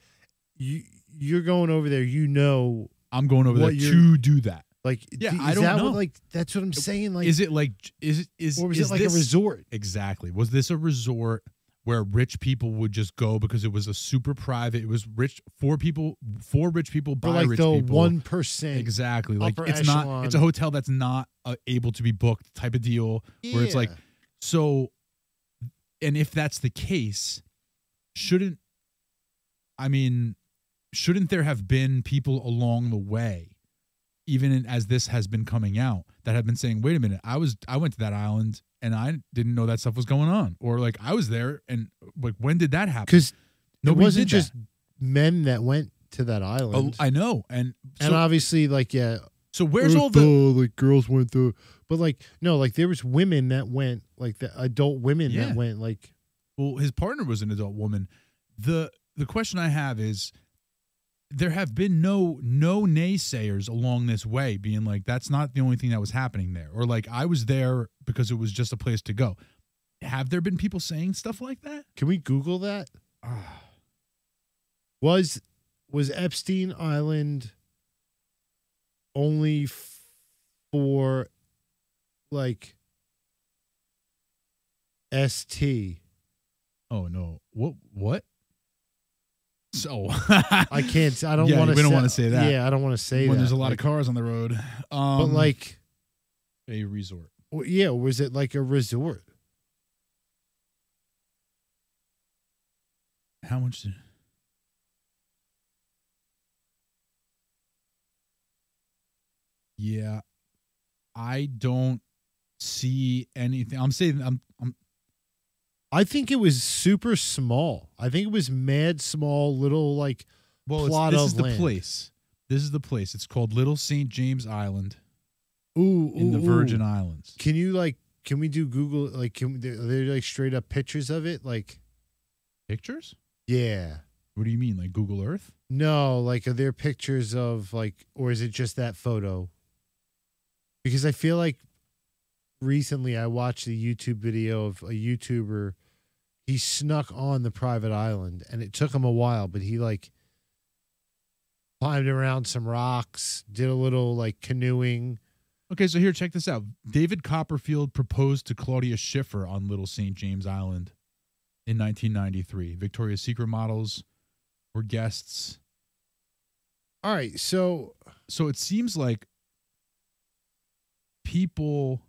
Speaker 1: you? You're going over there. You know,
Speaker 2: I'm going over
Speaker 1: What
Speaker 2: there
Speaker 1: you're-
Speaker 2: to do that.
Speaker 1: like
Speaker 2: Yeah,
Speaker 1: d- is
Speaker 2: I don't
Speaker 1: that
Speaker 2: know.
Speaker 1: What, like that's what I'm saying. Like,
Speaker 2: Is it like is it is
Speaker 1: or was
Speaker 2: is
Speaker 1: it like
Speaker 2: this-
Speaker 1: a resort?
Speaker 2: Exactly. Was this a resort where rich people would just go because it was a super private? It was rich for people for rich people by
Speaker 1: But like
Speaker 2: rich
Speaker 1: the
Speaker 2: people.
Speaker 1: one percent.
Speaker 2: exactly. Like
Speaker 1: upper
Speaker 2: it's not.
Speaker 1: echelon.
Speaker 2: It's a hotel that's not uh, able to be booked type of deal where it's like
Speaker 1: Yeah.
Speaker 2: so. And if that's the case, shouldn't I mean, shouldn't there have been people along the way, even in, as this has been coming out, that have been saying, "Wait a minute, I was I went to that island and I didn't know that stuff was going on," or like I was there and like when did that happen?
Speaker 1: because it
Speaker 2: Nobody
Speaker 1: wasn't
Speaker 2: did that.
Speaker 1: just men that went to that
Speaker 2: Oh,
Speaker 1: island.
Speaker 2: I know, and so,
Speaker 1: and obviously, like yeah,
Speaker 2: so where's
Speaker 1: Or
Speaker 2: all the
Speaker 1: duh, like girls went through, but like no, like there was women that went, like the adult women
Speaker 2: Yeah.
Speaker 1: that went, like
Speaker 2: well his partner was an adult woman the the question i have is there have been no no naysayers along this way being like that's not the only thing that was happening there or like i was there because it was just a place to go have there been people saying stuff like that
Speaker 1: Can we Google that? was was Epstein Island only f- for like ST?
Speaker 2: oh no what what so
Speaker 1: I can't. I don't
Speaker 2: Yeah,
Speaker 1: want to.
Speaker 2: we don't wanna say that.
Speaker 1: Yeah, I don't want to say that.
Speaker 2: when there's a lot
Speaker 1: like,
Speaker 2: of cars on the road um
Speaker 1: But like,
Speaker 2: a resort
Speaker 1: w- yeah, was it like a resort?
Speaker 2: how much did yeah i don't see anything i'm saying i'm, I'm
Speaker 1: I think it was super small. I think it was mad small, little like
Speaker 2: well it's,
Speaker 1: Plot
Speaker 2: this
Speaker 1: of
Speaker 2: is the
Speaker 1: land.
Speaker 2: place this is the place it's called little st james island
Speaker 1: ooh
Speaker 2: in the
Speaker 1: ooh,
Speaker 2: virgin
Speaker 1: ooh.
Speaker 2: islands
Speaker 1: Can you like? Can we do Google? Like, can we, are there like straight up pictures of it? Like,
Speaker 2: pictures
Speaker 1: yeah.
Speaker 2: what do you mean like google earth
Speaker 1: No, like are there pictures of like or is it just that photo? Because I feel like recently I watched a YouTube video of a YouTuber he snuck on the private island and it took him a while, but he like climbed around some rocks, did a little like canoeing.
Speaker 2: okay so here check this out david copperfield proposed to claudia schiffer on little st james island in 1993 victoria's secret models were guests
Speaker 1: All right, so
Speaker 2: so it seems like people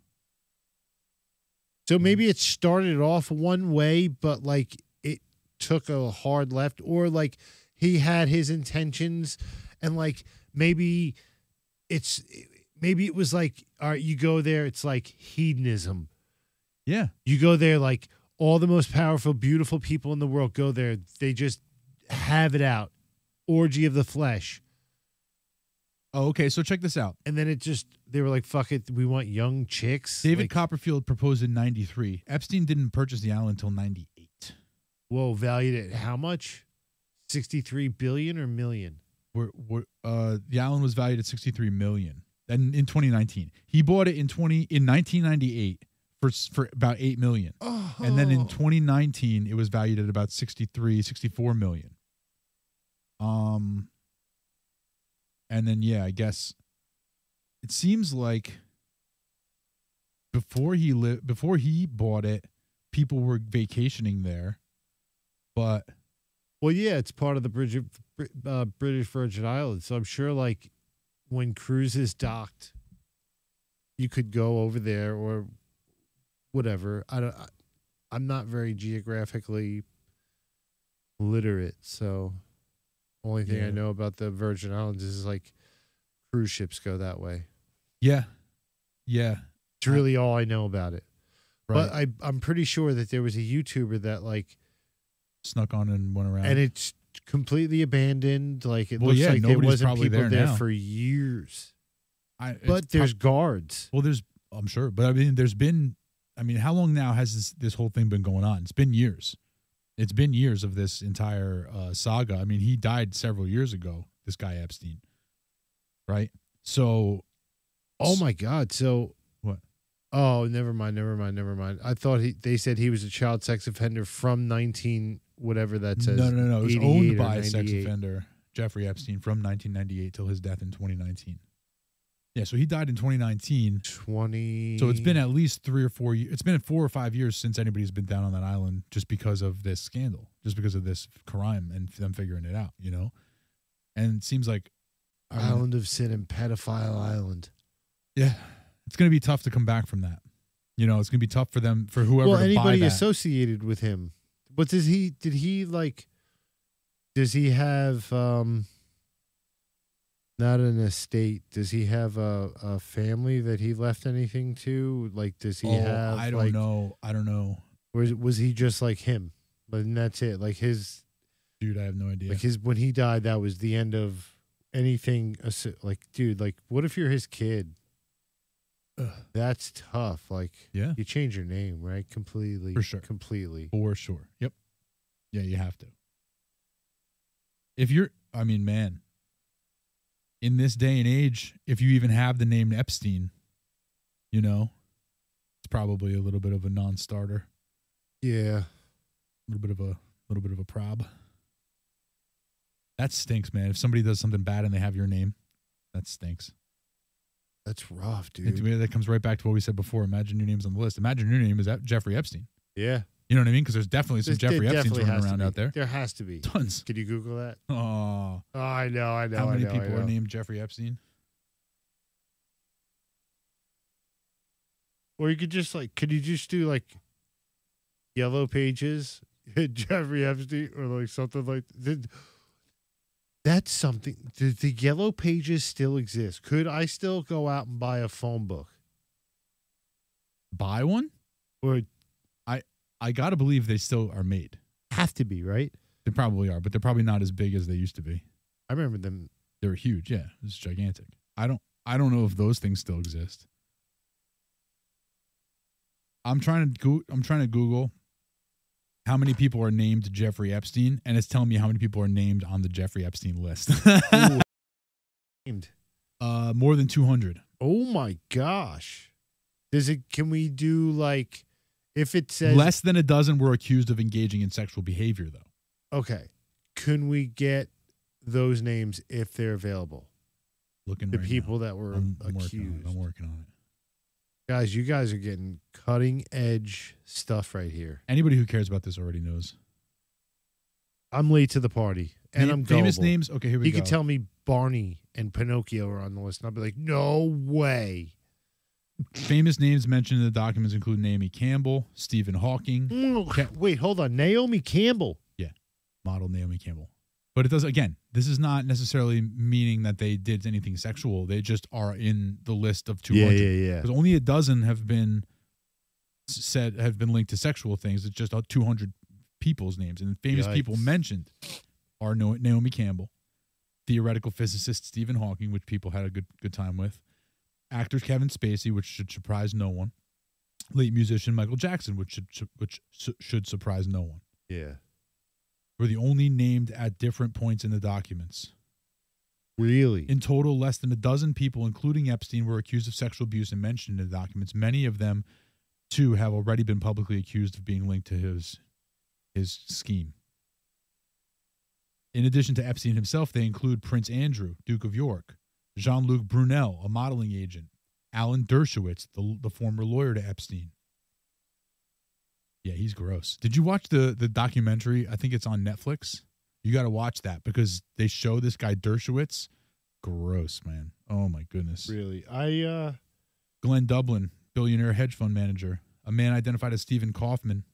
Speaker 1: so maybe it started off one way, but like it took a hard left or like he had his intentions and like maybe it's maybe it was like all right you go there it's like hedonism
Speaker 2: yeah
Speaker 1: you go there like all the most powerful beautiful people in the world go there they just have it out orgy of the flesh
Speaker 2: oh, okay so check this out
Speaker 1: and then it just they were like fuck it we want young chicks
Speaker 2: david
Speaker 1: Like,
Speaker 2: copperfield proposed in 93 epstein didn't purchase the island until 98
Speaker 1: whoa valued at how much 63 billion or million?
Speaker 2: We're, we're, uh, the island was valued at 63 million and in 2019 he bought it in 20 in 1998 for s- for about 8 million
Speaker 1: Oh.
Speaker 2: and then in 2019 it was valued at about 63 64 million um and then yeah i guess it seems like before he li- before he bought it people were vacationing there but
Speaker 1: Well, yeah, it's part of the British, uh, British Virgin Islands. So I'm sure, like, when cruises docked, you could go over there or whatever. I don't. I, I'm not very geographically literate, so only thing I
Speaker 2: Yeah.
Speaker 1: know about the Virgin Islands is like cruise ships go that way.
Speaker 2: yeah yeah
Speaker 1: It's really all I know about it. But I, I'm pretty sure that there was a YouTuber that like
Speaker 2: snuck on and went around
Speaker 1: and it's completely abandoned. Like it
Speaker 2: Well,
Speaker 1: looks
Speaker 2: yeah,
Speaker 1: like there
Speaker 2: nobody's
Speaker 1: wasn't
Speaker 2: probably
Speaker 1: people there,
Speaker 2: there now.
Speaker 1: for years.
Speaker 2: I, it's
Speaker 1: But
Speaker 2: prob-
Speaker 1: there's guards.
Speaker 2: Well, there's, I'm sure, but I mean, there's been, I mean, how long now has this, this whole thing been going on? It's been years. It's been years of this entire uh, saga. I mean, he died several years ago, this guy Epstein, right? So,
Speaker 1: Oh my god! So
Speaker 2: What?
Speaker 1: Oh, never mind, never mind, never mind. I thought he, they said he was a child sex offender from 19 whatever that says.
Speaker 2: no, no, no. It was
Speaker 1: 88 or
Speaker 2: owned by a sex
Speaker 1: 98.
Speaker 2: offender, Jeffrey Epstein, from 1998 till his death in 2019. Yeah, so he died in 2019.
Speaker 1: 20.
Speaker 2: So it's been at least three or four years. It's been four or five years since anybody's been down on that island just because of this scandal, just because of this crime and them figuring it out, you know? And it seems like, I mean,
Speaker 1: Island of Sin and Pedophile Island.
Speaker 2: yeah, it's going to be tough to come back from that. You know, it's going to be tough for them, for whoever
Speaker 1: Well,
Speaker 2: to buy
Speaker 1: anybody
Speaker 2: that.
Speaker 1: associated with him. What does he? Did he like? Does he have? um Not an estate. Does he have a a family that he left anything to? Like, does he
Speaker 2: Oh,
Speaker 1: have?
Speaker 2: I don't
Speaker 1: like,
Speaker 2: know. I don't know.
Speaker 1: Or is- was he just like him? But then that's it. Like his
Speaker 2: Dude, I have no idea.
Speaker 1: like his when he died, that was the end of anything. asso- Like, dude, like what if you're his kid?
Speaker 2: Ugh.
Speaker 1: That's tough. Like,
Speaker 2: Yeah.
Speaker 1: you change your name, right? Completely,
Speaker 2: For sure.
Speaker 1: completely.
Speaker 2: For sure. Yep. Yeah, you have to. If you're, I mean, man, in this day and age, if you even have the name Epstein, you know, it's probably a little bit of a non-starter,
Speaker 1: Yeah.
Speaker 2: a little bit of a little bit of a prob. That stinks, man. If somebody does something bad and they have your name, that stinks.
Speaker 1: That's rough,
Speaker 2: And to me, that comes right back to what we said before. Imagine your name's on the list. Imagine your name is Ep- Jeffrey Epstein.
Speaker 1: Yeah.
Speaker 2: You know what I mean? Because there's definitely some
Speaker 1: This- there
Speaker 2: Jeffrey Epsteins
Speaker 1: definitely
Speaker 2: running
Speaker 1: has to
Speaker 2: around
Speaker 1: be.
Speaker 2: out there.
Speaker 1: There has to be.
Speaker 2: Tons.
Speaker 1: Could you Google that?
Speaker 2: Oh.
Speaker 1: Oh, I know, I know.
Speaker 2: How
Speaker 1: I
Speaker 2: many
Speaker 1: know, I
Speaker 2: people are
Speaker 1: know.
Speaker 2: named Jeffrey Epstein?
Speaker 1: Or you could just like, could you just do like yellow pages, Jeffrey Epstein, or like something like that? That's something. Do the yellow pages still exist? Could I still go out and buy a phone book?
Speaker 2: Buy one?
Speaker 1: Or
Speaker 2: I gotta believe they still are made.
Speaker 1: have to be right?
Speaker 2: They probably are, but they're probably not as big as they used to be.
Speaker 1: I remember them.
Speaker 2: They were huge, yeah. It's gigantic. I don't I don't know if those things still exist. I'm trying to go I'm trying to Google how many people are named Jeffrey Epstein, and it's telling me how many people are named on the Jeffrey Epstein list.
Speaker 1: Ooh, named.
Speaker 2: uh, more than 200.
Speaker 1: Oh my gosh! Does it? Can we do like if it says
Speaker 2: Less than a dozen were accused of engaging in sexual behavior, though.
Speaker 1: Okay. Can we get those names if they're available?
Speaker 2: Looking
Speaker 1: The
Speaker 2: right now.
Speaker 1: people that were
Speaker 2: I'm, I'm working on it.
Speaker 1: accused.
Speaker 2: I'm working on it.
Speaker 1: Guys, you guys are getting cutting edge stuff right here.
Speaker 2: Anybody who cares about this already knows.
Speaker 1: I'm late to the party and
Speaker 2: Name-
Speaker 1: I'm gullible.
Speaker 2: famous names. Okay, here we
Speaker 1: You
Speaker 2: go.
Speaker 1: could tell me Barney and Pinocchio are on the list, and I'll be like, no way.
Speaker 2: famous names mentioned in the documents include Naomi Campbell, Stephen Hawking,
Speaker 1: Mm, Wait, hold on. Naomi Campbell.
Speaker 2: model Naomi Campbell. But it does again. This is not necessarily meaning that they did anything sexual. They just are in the list of 200.
Speaker 1: yeah,
Speaker 2: Because only a dozen have been s- said have been linked to sexual things. It's just uh, 200 people's names and famous people
Speaker 1: Yikes.
Speaker 2: mentioned are No- Naomi Campbell, theoretical physicist Stephen Hawking, which people had a good good time with, actor Kevin Spacey, which should surprise no one, late musician Michael Jackson, which should which su- should surprise no one.
Speaker 1: yeah.
Speaker 2: were the only named at different points in the documents.
Speaker 1: Really?
Speaker 2: In total, less than a dozen people, including Epstein, were accused of sexual abuse and mentioned in the documents. Many of them, too, have already been publicly accused of being linked to his his scheme. In addition to Epstein himself, they include Prince Andrew, Duke of York, Jean Luc Brunel, a modeling agent, Alan Dershowitz, the, the former lawyer to Epstein. Yeah, he's gross. Did you watch the the documentary? I think it's on Netflix. You got to watch that because they show this guy Dershowitz. Gross, man. Oh my goodness.
Speaker 1: really? I uh
Speaker 2: Glenn Dublin, billionaire hedge fund manager, a man identified as Stephen Kaufman,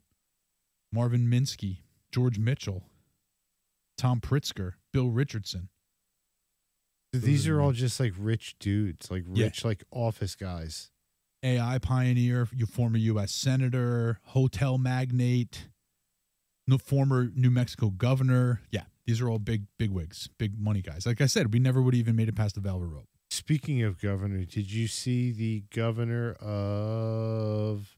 Speaker 2: Marvin Minsky, George Mitchell, Tom Pritzker, Bill Richardson.
Speaker 1: these
Speaker 2: Those are
Speaker 1: are all
Speaker 2: my-
Speaker 1: just like rich dudes, like
Speaker 2: Mm-hmm. Yeah.
Speaker 1: rich like office guys.
Speaker 2: AI pioneer, your former U.S. senator, hotel magnate, no former New Mexico governor. Yeah, these are all big, big wigs, big money guys. Like I said, we never would have even made it past the velvet rope.
Speaker 1: Speaking of governor, did you see the governor of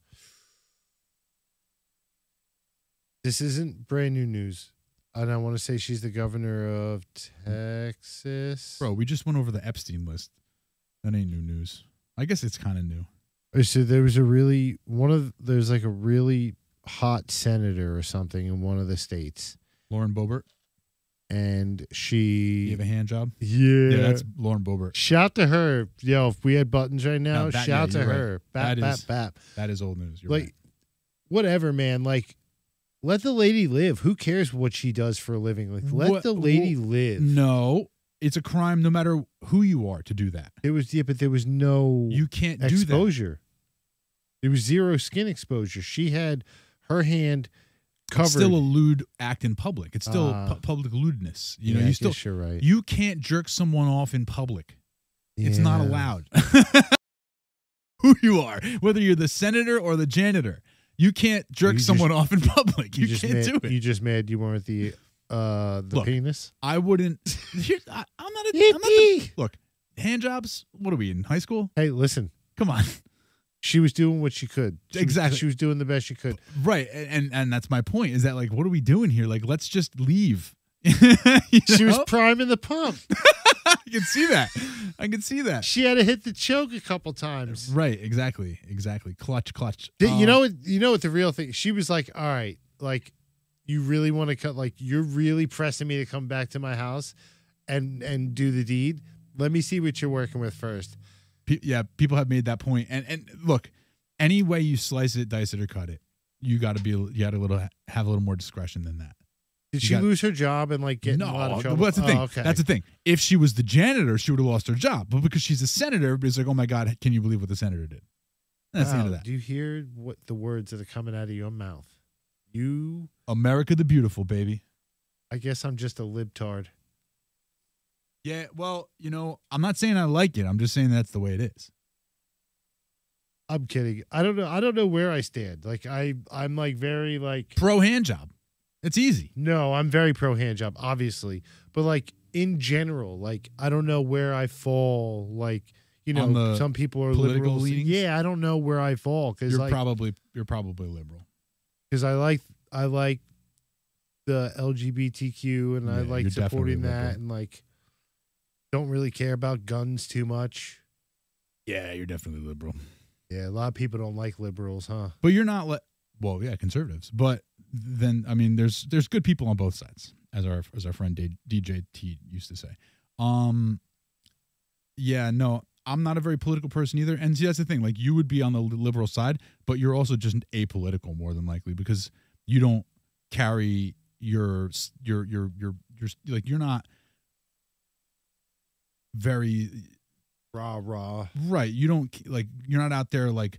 Speaker 1: This isn't brand new news. And I want to say she's the governor of Texas.
Speaker 2: Bro, we just went over the Epstein list. That ain't new news. I guess it's kind of new.
Speaker 1: Oh, So there was a really one of there's like a really hot senator or something in one of the states,
Speaker 2: Lauren Boebert,
Speaker 1: and
Speaker 2: you
Speaker 1: she
Speaker 2: have a hand job.
Speaker 1: yeah.
Speaker 2: Yeah, that's Lauren Boebert.
Speaker 1: shout to her, yo! If we had buttons right now,
Speaker 2: No, that-
Speaker 1: shout to
Speaker 2: yeah, you're right.
Speaker 1: her. Bap
Speaker 2: That
Speaker 1: bap
Speaker 2: is-
Speaker 1: bap.
Speaker 2: That is old news. You're
Speaker 1: Like
Speaker 2: right.
Speaker 1: whatever, man. Like let the lady live. Who cares what she does for a living? Like let
Speaker 2: What-
Speaker 1: the lady live.
Speaker 2: no, it's a crime no matter who you are to do that.
Speaker 1: There was yeah, but there was no
Speaker 2: You can't do that.
Speaker 1: exposure. There was zero skin exposure. She had her hand covered.
Speaker 2: Still a lewd act in public. It's still
Speaker 1: Ah.
Speaker 2: pu- public lewdness. You know,
Speaker 1: Yeah, I
Speaker 2: you still
Speaker 1: guess you're right.
Speaker 2: You can't jerk someone off in public. It's not
Speaker 1: Yeah.
Speaker 2: allowed. Who you are, whether you're the senator or the janitor, you can't jerk
Speaker 1: You just-
Speaker 2: someone off in public. You, can't
Speaker 1: mad,
Speaker 2: do it.
Speaker 1: You just mad you weren't the uh the
Speaker 2: Look,
Speaker 1: penis?
Speaker 2: I wouldn't. Here- I, am not. A, I'm not the,
Speaker 1: Yippee!
Speaker 2: look, hand jobs. What are we in high school?
Speaker 1: Hey, listen,
Speaker 2: Come on,
Speaker 1: she was doing what she could. She was-
Speaker 2: Exactly.
Speaker 1: she was doing the best she could.
Speaker 2: right? And, and and that's my point. Is that like what are we doing here? Like let's just leave. You
Speaker 1: She was
Speaker 2: know?
Speaker 1: priming the pump.
Speaker 2: I can see that. I can see that.
Speaker 1: she had to hit the choke a couple times.
Speaker 2: Right. Exactly. Exactly. Clutch. Clutch.
Speaker 1: Th- you
Speaker 2: Um,
Speaker 1: know what? You know what the real thing? She was like, "All right, like you really want to cut? Like you're really pressing me to come back to my house and and do the deed. Let me see what you're working with first.
Speaker 2: Pe- yeah, people have made that point. And and look, any way you slice it, dice it, or cut it, you got to be you got to little have a little more discretion than that.
Speaker 1: Did
Speaker 2: You
Speaker 1: she
Speaker 2: got-
Speaker 1: lose her job and like get in a lot of trouble?
Speaker 2: well, that's the
Speaker 1: Oh,
Speaker 2: thing.
Speaker 1: okay.
Speaker 2: That's the thing. If she was the janitor, she would have lost her job. But because she's a senator, everybody's like, "Oh my god, can you believe what the senator did?" And that's the end of
Speaker 1: Wow,
Speaker 2: that.
Speaker 1: Do you hear what the words that are coming out of your mouth? You,
Speaker 2: America the beautiful, baby.
Speaker 1: I guess I'm just a libtard.
Speaker 2: Yeah. Well, you know, I'm not saying I like it. I'm just saying that's the way it is.
Speaker 1: I'm kidding. I don't know. I don't know where I stand. Like I, I'm like very like
Speaker 2: Pro hand job. It's easy.
Speaker 1: no. I'm very pro hand job, obviously, but like in general, like I don't know where I fall. Like you know,
Speaker 2: On the
Speaker 1: some people are
Speaker 2: political
Speaker 1: liberals.
Speaker 2: leanings?
Speaker 1: Yeah, I don't know where I fall because
Speaker 2: You're
Speaker 1: like
Speaker 2: probably you're probably liberal.
Speaker 1: because I like I like the LGBTQ and I
Speaker 2: Yeah,
Speaker 1: like
Speaker 2: you're
Speaker 1: supporting
Speaker 2: definitely liberal.
Speaker 1: that and like don't really care about guns too much.
Speaker 2: Yeah, you're definitely liberal.
Speaker 1: Yeah, a lot of people don't like liberals, huh?
Speaker 2: But you're not like well, yeah, conservatives. But then I mean, there's there's good people on both sides, as our as our friend D- DJ T used to say. Um, yeah, no, I'm not a very political person either. And see, that's the thing. Like, you would be on the li- liberal side, but you're also just apolitical more than likely because you don't carry your s- your your your your s- like you're not very
Speaker 1: Rah rah.
Speaker 2: Right. You don't like you're not out there like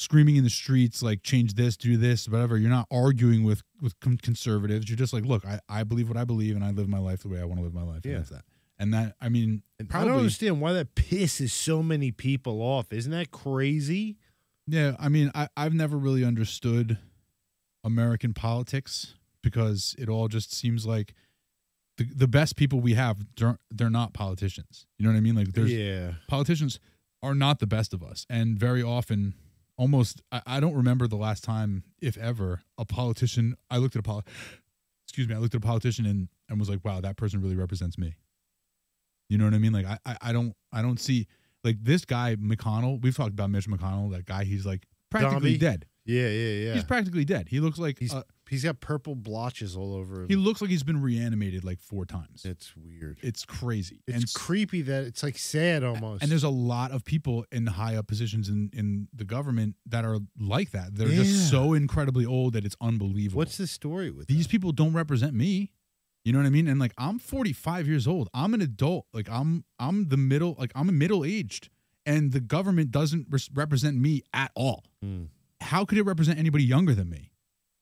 Speaker 2: screaming in the streets like change this, do this, whatever. You're not arguing with with con- conservatives. You're just like, look, I I believe what I believe and I live my life the way I want to live my life.
Speaker 1: Yeah.
Speaker 2: And that's that. And that I mean,
Speaker 1: I don't
Speaker 2: probably
Speaker 1: understand why that pisses so many people off. Isn't that crazy?
Speaker 2: yeah, I mean, I I've never really understood American politics because it all just seems like the, the best people we have they're, they're not politicians. You know what I mean? Like there's
Speaker 1: yeah.
Speaker 2: politicians are not the best of us and very often almost I, I don't remember the last time if ever a politician i looked at a poli- excuse me, I looked at a politician and, and was like, wow, that person really represents me. You know what I mean? Like I, I, I don't I don't see like this guy McConnell. We've talked about Mitch McConnell. That guy, he's like practically
Speaker 1: Zombie.
Speaker 2: dead.
Speaker 1: Yeah, yeah, yeah.
Speaker 2: He's practically dead. He looks like
Speaker 1: He's-
Speaker 2: uh,
Speaker 1: he's got purple blotches all over him.
Speaker 2: he looks like he's been reanimated like four times.
Speaker 1: it's weird.
Speaker 2: It's crazy.
Speaker 1: It's
Speaker 2: and s-
Speaker 1: creepy that it's like sad almost.
Speaker 2: And there's a lot of people in high up positions in, in the government that are like that. They're
Speaker 1: Yeah.
Speaker 2: just so incredibly old that it's unbelievable.
Speaker 1: what's the story with
Speaker 2: These
Speaker 1: that?
Speaker 2: people don't represent me. You know what I mean? And like I'm 45 years old. I'm an adult. Like I'm I'm the middle like I'm middle aged and the government doesn't res- represent me at all.
Speaker 1: Mm.
Speaker 2: How could it represent anybody younger than me?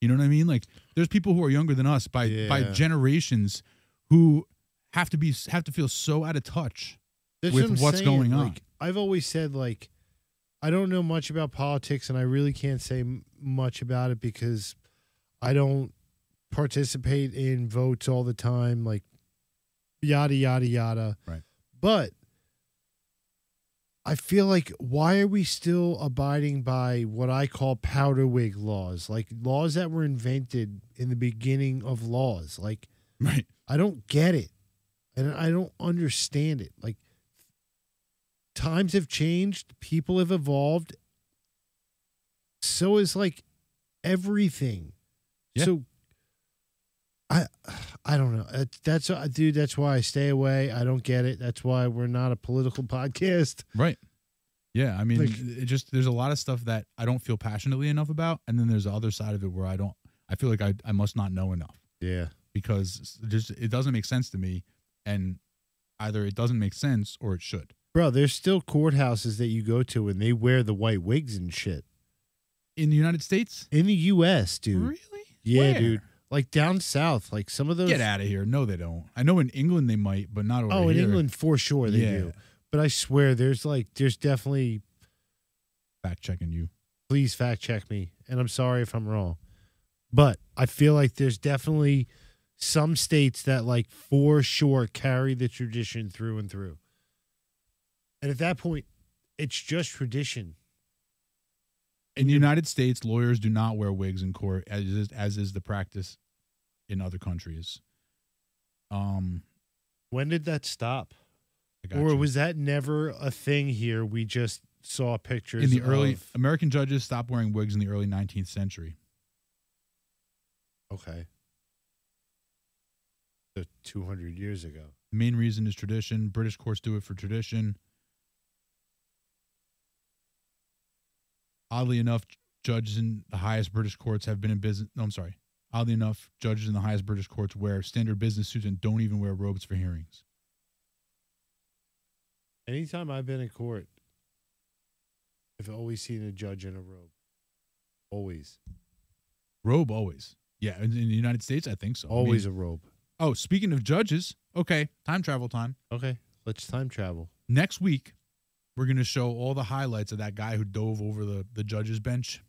Speaker 2: You know what I mean? Like there's people who are younger than us by by
Speaker 1: Yeah.
Speaker 2: generations who have to be have to feel so out of touch.
Speaker 1: That's
Speaker 2: with
Speaker 1: what I'm
Speaker 2: what's
Speaker 1: saying,
Speaker 2: going on.
Speaker 1: Like, I've always said like I don't know much about politics, and I really can't say m- much about it because I don't participate in votes all the time. Like yada yada yada.
Speaker 2: Right.
Speaker 1: But I feel like why are we still abiding by what I call powder wig laws, like laws that were invented in the beginning of laws, like.
Speaker 2: Right.
Speaker 1: I don't get it. And I don't understand it. Like times have changed, people have evolved. So is like everything.
Speaker 2: Yeah.
Speaker 1: So I I don't know. That- That's uh, dude, that's why I stay away. I don't get it. That's why we're not a political podcast.
Speaker 2: Right. Yeah, I mean,
Speaker 1: Like-
Speaker 2: it just there's a lot of stuff that I don't feel passionately enough about, and then there's the other side of it where I don't. I feel like I, I must not know enough
Speaker 1: Yeah.
Speaker 2: because it just it doesn't make sense to me, and either it doesn't make sense or it should.
Speaker 1: Bro, there's still courthouses that you go to and they wear the white wigs and shit.
Speaker 2: In the United States,
Speaker 1: In the US, dude.
Speaker 2: really?
Speaker 1: Yeah,
Speaker 2: Where?
Speaker 1: dude. Like down south, like some of those
Speaker 2: Get out of here! No, they don't. I know in England they might, but not over
Speaker 1: Oh, in
Speaker 2: here.
Speaker 1: England for sure they
Speaker 2: Yeah.
Speaker 1: do. But I swear there's like there's definitely
Speaker 2: Fact checking you.
Speaker 1: please fact check me and I'm sorry if I'm wrong. But I feel like there's definitely some states that like for sure carry the tradition through and through. And at that point it's just tradition.
Speaker 2: In the United States, lawyers do not wear wigs in court, as is, as is the practice in other countries. Um,
Speaker 1: When did that stop?
Speaker 2: I got
Speaker 1: Or
Speaker 2: you.
Speaker 1: was that never a thing here? We just saw pictures
Speaker 2: in the early
Speaker 1: of-
Speaker 2: American judges stopped wearing wigs in the early 19th century.
Speaker 1: Okay. So 200 years ago.
Speaker 2: The main reason is tradition. British courts do it for tradition. Oddly enough, judges in the highest British courts have been in business. No, I'm sorry. Oddly enough, judges in the highest British courts wear standard business suits and don't even wear robes for hearings.
Speaker 1: Anytime I've been in court, I've always seen a judge in a robe. Always.
Speaker 2: Robe always. Yeah, in, in the United States, I think so. I mean-
Speaker 1: Always a robe.
Speaker 2: oh, speaking of judges, okay, time travel time.
Speaker 1: Okay. Let's time travel.
Speaker 2: next week we're going to show all the highlights of that guy who dove over the the judge's bench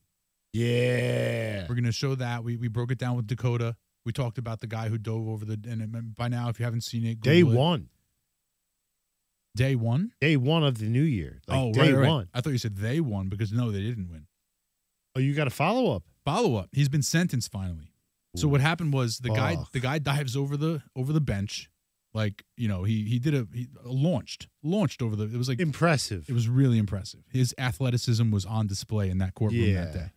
Speaker 1: Yeah.
Speaker 2: we're going to show that we, we broke it down with dakota we talked about the guy who dove over the and it- by now if you haven't seen it
Speaker 1: Day
Speaker 2: Google it.
Speaker 1: one.
Speaker 2: day one
Speaker 1: Day one of the new year. Like
Speaker 2: oh
Speaker 1: day
Speaker 2: right, right.
Speaker 1: one.
Speaker 2: i thought you said they won because no they didn't win
Speaker 1: Oh, you got a follow up.
Speaker 2: follow up he's been sentenced finally so what happened was the guy
Speaker 1: Fuck.
Speaker 2: the guy dives over the over the bench like you know he he did a he launched launched over the it was like
Speaker 1: Impressive.
Speaker 2: It was really impressive. His athleticism was on display in that courtroom
Speaker 1: Yeah.
Speaker 2: that day.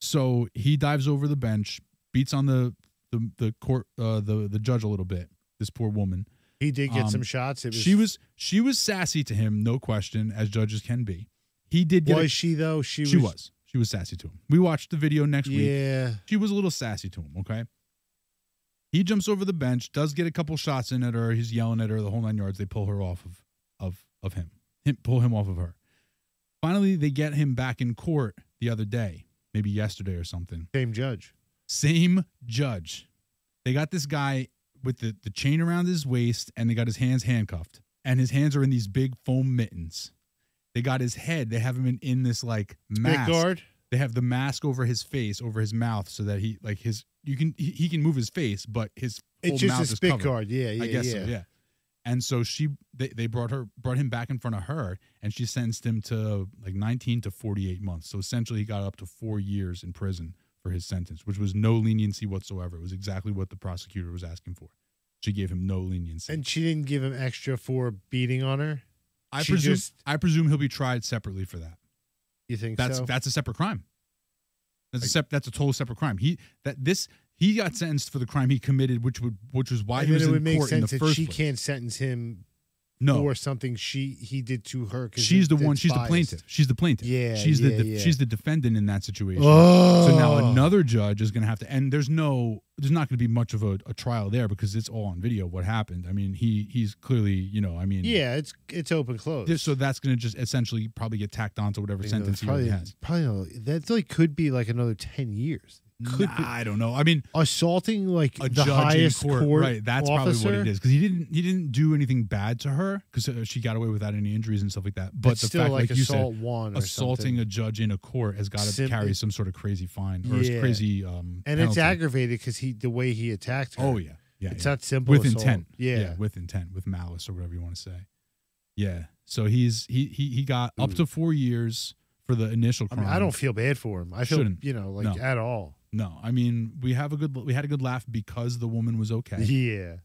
Speaker 2: So he dives over the bench, beats on the the, the court uh, the the judge a little bit. This poor woman.
Speaker 1: he did get
Speaker 2: um,
Speaker 1: some shots. It was,
Speaker 2: she was she was sassy to him, no question, as judges can be. He did get. a-
Speaker 1: Was she though? She,
Speaker 2: she was. She was sassy to him. We watched the video next week.
Speaker 1: Yeah.
Speaker 2: She was a little sassy to him, okay? He jumps over the bench, does get a couple shots in at her. He's yelling at her the whole nine yards. They pull her off of of of him. him pull him off of her. Finally, they get him back in court the other day, maybe yesterday or something.
Speaker 1: Same judge.
Speaker 2: Same judge. They got this guy with the, the chain around his waist and they got his hands handcuffed. And his hands are in these big foam mittens. They got his head. They have him in, in this like mask
Speaker 1: Mask. guard.
Speaker 2: they have the mask over his face, over his mouth, so that he like his you can he, he can move his face, but his
Speaker 1: It's
Speaker 2: whole
Speaker 1: just
Speaker 2: mouth
Speaker 1: a
Speaker 2: is
Speaker 1: spit
Speaker 2: covered.
Speaker 1: guard. Yeah. Yeah.
Speaker 2: I guess
Speaker 1: yeah.
Speaker 2: so. Yeah. And so she they, they brought her brought him back in front of her, and she sentenced him to like 19 to 48 months. So essentially, he got up to four years in prison for his sentence, which was no leniency whatsoever. It was exactly what the prosecutor was asking for. She gave him no leniency.
Speaker 1: And she didn't give him extra for beating on her.
Speaker 2: I
Speaker 1: she
Speaker 2: presume
Speaker 1: just-
Speaker 2: I presume he'll be tried separately for that.
Speaker 1: You think
Speaker 2: That's
Speaker 1: so?
Speaker 2: that's a separate crime. That's a sep- that's a total separate crime. He that this he got sentenced for the crime he committed, which would which was why
Speaker 1: And
Speaker 2: he
Speaker 1: then
Speaker 2: was
Speaker 1: it
Speaker 2: in
Speaker 1: would make
Speaker 2: court in the
Speaker 1: sense that
Speaker 2: first
Speaker 1: she
Speaker 2: place.
Speaker 1: can't sentence him
Speaker 2: no,
Speaker 1: for something she he did to her. 'cause
Speaker 2: she's
Speaker 1: it-
Speaker 2: the one.
Speaker 1: it's
Speaker 2: She's the
Speaker 1: biased.
Speaker 2: plaintiff. She's the plaintiff.
Speaker 1: Yeah,
Speaker 2: she's
Speaker 1: yeah,
Speaker 2: the de-
Speaker 1: yeah.
Speaker 2: she's the defendant in that situation.
Speaker 1: Oh,
Speaker 2: So now another judge is going to have to, and there's no, there's not going to be much of a, a trial there because it's all on video what happened. I mean, he he's clearly, you know, I mean,
Speaker 1: Yeah, it's it's open close.
Speaker 2: this- so that's going to just essentially probably get tacked onto whatever
Speaker 1: You know,
Speaker 2: sentence he
Speaker 1: probably
Speaker 2: already has.
Speaker 1: probably that's like could be like another ten years. Could
Speaker 2: Nah,
Speaker 1: be,
Speaker 2: I don't know. I mean,
Speaker 1: assaulting like
Speaker 2: a
Speaker 1: the
Speaker 2: judge
Speaker 1: highest
Speaker 2: in court, right? That's probably
Speaker 1: officer?
Speaker 2: what it is because he didn't he didn't do anything bad to her because she got away without any injuries and stuff like that. But
Speaker 1: It's
Speaker 2: the
Speaker 1: still
Speaker 2: fact,
Speaker 1: like,
Speaker 2: like you said,
Speaker 1: assault one or
Speaker 2: assaulting
Speaker 1: something.
Speaker 2: a judge in a court has got to
Speaker 1: Sim-
Speaker 2: carry some sort of crazy fine or
Speaker 1: Yeah.
Speaker 2: crazy um
Speaker 1: and it's
Speaker 2: penalty.
Speaker 1: aggravated because he the way he attacked her.
Speaker 2: Oh yeah, yeah.
Speaker 1: it's
Speaker 2: yeah.
Speaker 1: not simple
Speaker 2: with
Speaker 1: assault.
Speaker 2: intent.
Speaker 1: Yeah.
Speaker 2: with intent, with malice or whatever you want to say. Yeah. So he's he he he got up to four years for the initial
Speaker 1: Mm. I
Speaker 2: crime.
Speaker 1: mean, I don't feel bad for him. I feel
Speaker 2: Um, Shouldn't.
Speaker 1: you know like
Speaker 2: No.
Speaker 1: at all.
Speaker 2: No, I mean we have a good we had a good laugh because the woman was okay,
Speaker 1: Yeah.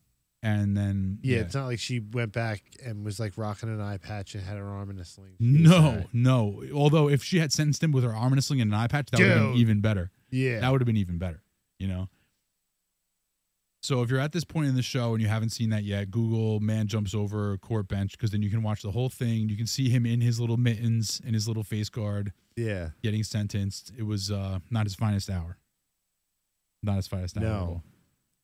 Speaker 2: and then
Speaker 1: Yeah, it's not like she went back and was like rocking an eye patch and had her arm in a sling. She was
Speaker 2: No,
Speaker 1: sad.
Speaker 2: no. Although if she had sentenced him with her arm in a sling and an eye patch, that would have been
Speaker 1: Dude.
Speaker 2: even better.
Speaker 1: Yeah.
Speaker 2: That would have been even better, you know? So if you're at this point in the show and you haven't seen that yet, Google man jumps over a court bench because then you can watch the whole thing. You can see him in his little mittens and his little face guard
Speaker 1: yeah.
Speaker 2: getting sentenced. It was uh, not his finest hour. Not his finest hour.
Speaker 1: No.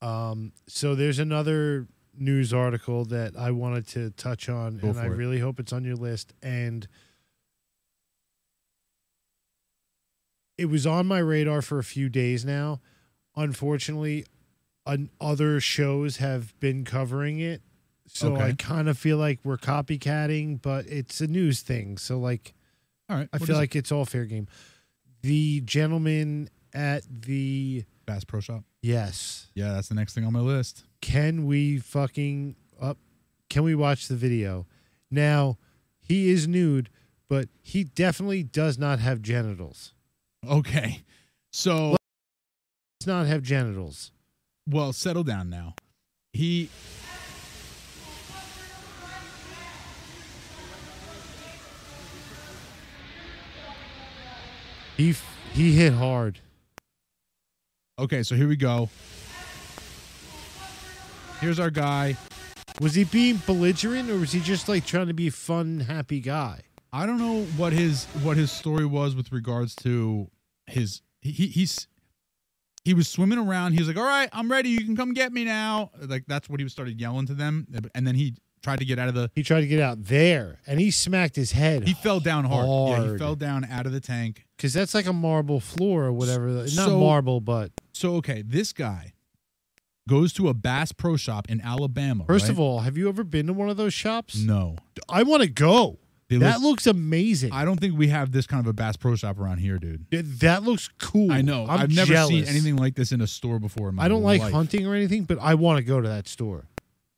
Speaker 2: at all.
Speaker 1: Um, so there's another news article that I wanted to touch on,
Speaker 2: Go
Speaker 1: and I
Speaker 2: for it.
Speaker 1: really hope it's on your list. And it was on my radar for a few days now. Unfortunately, an, other shows have been covering it. So
Speaker 2: Okay.
Speaker 1: I kind of feel like we're copycatting, but it's a news thing. So, like,
Speaker 2: All right.
Speaker 1: I
Speaker 2: what
Speaker 1: feel
Speaker 2: is it?
Speaker 1: like it's all fair game. The gentleman at the
Speaker 2: Bass Pro Shop.
Speaker 1: yes,
Speaker 2: Yeah, that's the next thing on my list.
Speaker 1: can we fucking up can we watch the video now he is nude but he definitely does not have genitals
Speaker 2: Okay. So,
Speaker 1: does not have genitals
Speaker 2: well, settle down now. He
Speaker 1: he f- he hit hard
Speaker 2: Okay, so here we go. Here's our guy.
Speaker 1: was he being belligerent or was he just like trying to be a fun happy guy
Speaker 2: I don't know what his what his story was with regards to his he he- he's he was swimming around. He was like, "All right, I'm ready. You can come get me now." Like that's what he started yelling to them, and then he tried to get out of the.
Speaker 1: he tried to get out there and he smacked his head
Speaker 2: He fell down hard. Yeah, he
Speaker 1: Hard.
Speaker 2: fell down out of the tank.
Speaker 1: because that's like a marble floor or whatever not
Speaker 2: So-
Speaker 1: marble but
Speaker 2: So okay, this guy goes to a Bass Pro Shop in Alabama.
Speaker 1: first
Speaker 2: right?
Speaker 1: of all have you ever been to one of those shops
Speaker 2: no,
Speaker 1: i want to go
Speaker 2: They
Speaker 1: that
Speaker 2: look-
Speaker 1: looks amazing
Speaker 2: I don't think we have this kind of a Bass Pro Shop around here, dude.
Speaker 1: Th- That looks cool.
Speaker 2: I know.
Speaker 1: i
Speaker 2: have never seen anything like this in a store before. In my
Speaker 1: I don't like
Speaker 2: life.
Speaker 1: hunting or anything, but I want to go to that store.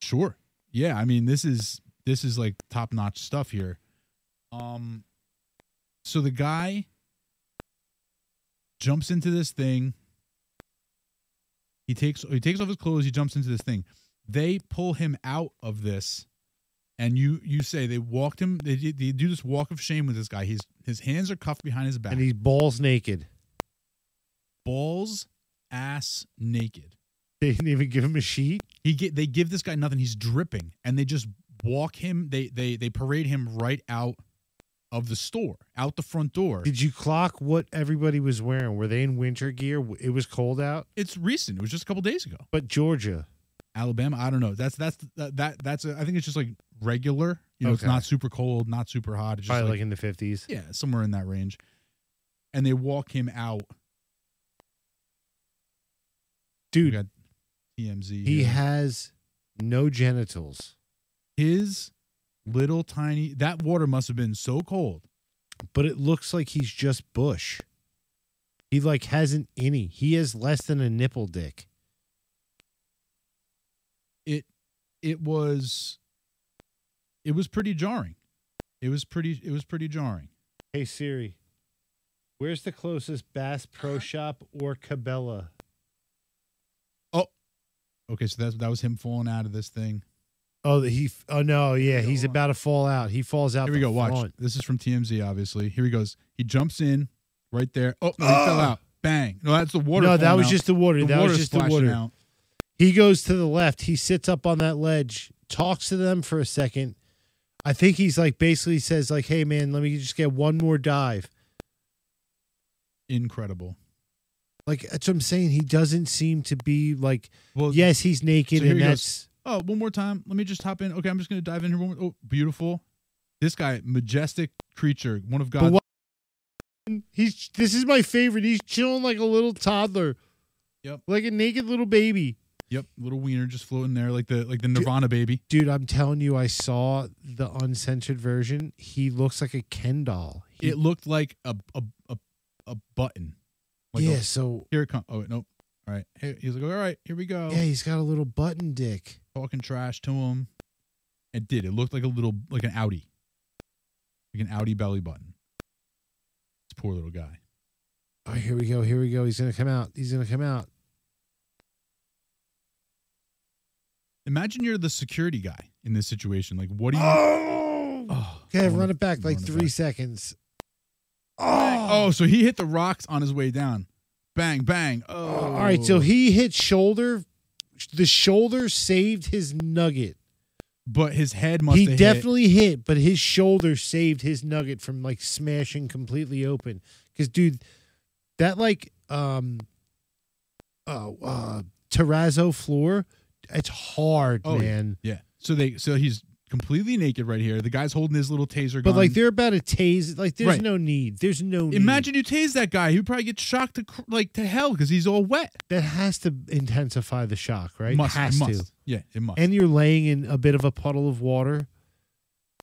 Speaker 2: Sure. Yeah. I mean, this is this is like top notch stuff here. Um, so the guy jumps into this thing. He takes he takes off his clothes. He jumps into this thing. They pull him out of this, and you you say they walked him. They, did- they do this walk of shame with this guy. His his hands are cuffed behind his back.
Speaker 1: And he's balls naked.
Speaker 2: balls ass naked.
Speaker 1: They didn't even give him a sheet.
Speaker 2: He get they give this guy nothing. He's dripping, and they just walk him. They they they parade him right out of the store, out the front door.
Speaker 1: Did you clock what everybody was wearing? Were they in winter gear? W- It was cold out,
Speaker 2: It's recent. It was just a couple days ago.
Speaker 1: but Georgia.
Speaker 2: Alabama. I don't know. That's that's that, that that's. A, I think it's just like regular. You know, it's
Speaker 1: Okay.
Speaker 2: not super cold, not super hot. It's just
Speaker 1: Probably like,
Speaker 2: like
Speaker 1: in the 50s.
Speaker 2: yeah, somewhere in that range. And they walk him out. We
Speaker 1: Dude,
Speaker 2: got TMZ.
Speaker 1: he
Speaker 2: here.
Speaker 1: has no genitals,
Speaker 2: his little tiny. That water must have been so cold.
Speaker 1: but it looks like he's just bush. He like hasn't any. He has less than a nipple dick.
Speaker 2: it it was it was pretty jarring. It was pretty it was pretty jarring.
Speaker 1: Hey Siri, Where's the closest Bass Pro Shop or Cabela?
Speaker 2: Okay, so that's that was him falling out of this thing.
Speaker 1: Oh, he. f- Oh no, yeah, he's about to fall out. He falls out.
Speaker 2: Here we
Speaker 1: the
Speaker 2: go. Watch.
Speaker 1: front.
Speaker 2: This is from TMZ, obviously. Here he goes. He jumps in right there. Oh, no, he fell out. Bang. No, that's the water.
Speaker 1: No, that
Speaker 2: falling
Speaker 1: was
Speaker 2: out.
Speaker 1: just the water.
Speaker 2: The
Speaker 1: that was
Speaker 2: water's
Speaker 1: just the
Speaker 2: splashing
Speaker 1: water.
Speaker 2: out.
Speaker 1: He goes to the left. He sits up on that ledge, talks to them for a second. I think he's like basically says like, "Hey man, let me just get one more dive."
Speaker 2: Incredible.
Speaker 1: Like that's what I'm saying. He doesn't seem to be like.
Speaker 2: Well,
Speaker 1: Yes, he's naked,
Speaker 2: so here
Speaker 1: and
Speaker 2: he goes.
Speaker 1: that's
Speaker 2: Oh, one more time. Let me just hop in. Okay, I'm just gonna dive in here. One more. Oh, beautiful. This guy, majestic creature, one of God's.
Speaker 1: what- he's. This is my favorite. He's chilling like a little toddler.
Speaker 2: Yep.
Speaker 1: Like a naked little baby.
Speaker 2: Yep, little wiener just floating there, like the like the Nirvana baby.
Speaker 1: Dude, I'm telling you, I saw the uncensored version. He looks like a Ken doll. He,
Speaker 2: It looked like a a a, a button. Like a-
Speaker 1: yeah, so
Speaker 2: here it comes. Oh wait, nope. All right. Hey, he's like, all right, here we go.
Speaker 1: yeah, he's got a little button dick.
Speaker 2: talking trash to him. It did. It looked like a little, like an Audi, like an Audi belly button. This poor little guy.
Speaker 1: Oh, here we go. Here we go. He's gonna come out. He's gonna come out.
Speaker 2: Imagine you're the security guy in this situation. Like, what do you?
Speaker 1: Oh.
Speaker 2: Oh,
Speaker 1: Okay,
Speaker 2: I wanna-
Speaker 1: run it back like
Speaker 2: run it
Speaker 1: three
Speaker 2: back.
Speaker 1: seconds.
Speaker 2: Oh, so he hit the rocks on his way down. Bang, bang. Oh.
Speaker 1: All right, so he hit shoulder. The shoulder saved his nugget.
Speaker 2: But his head must.
Speaker 1: he
Speaker 2: have
Speaker 1: definitely hit. but his shoulder saved his nugget from like smashing completely open. Because dude, that like um, oh uh, terrazzo floor, it's hard,
Speaker 2: Oh, yeah.
Speaker 1: man.
Speaker 2: Hit. Yeah. So they. So he's completely naked right here. The guy's holding his little taser gun.
Speaker 1: But like they're about to tase. Like there's
Speaker 2: Right.
Speaker 1: no need. There's no need.
Speaker 2: Imagine you tase that guy. He would probably get shocked to cr- like to hell because he's all wet.
Speaker 1: that has to intensify the shock, right?
Speaker 2: Must
Speaker 1: has
Speaker 2: it
Speaker 1: to.
Speaker 2: must. Yeah, it must.
Speaker 1: And you're laying in a bit of a puddle of water.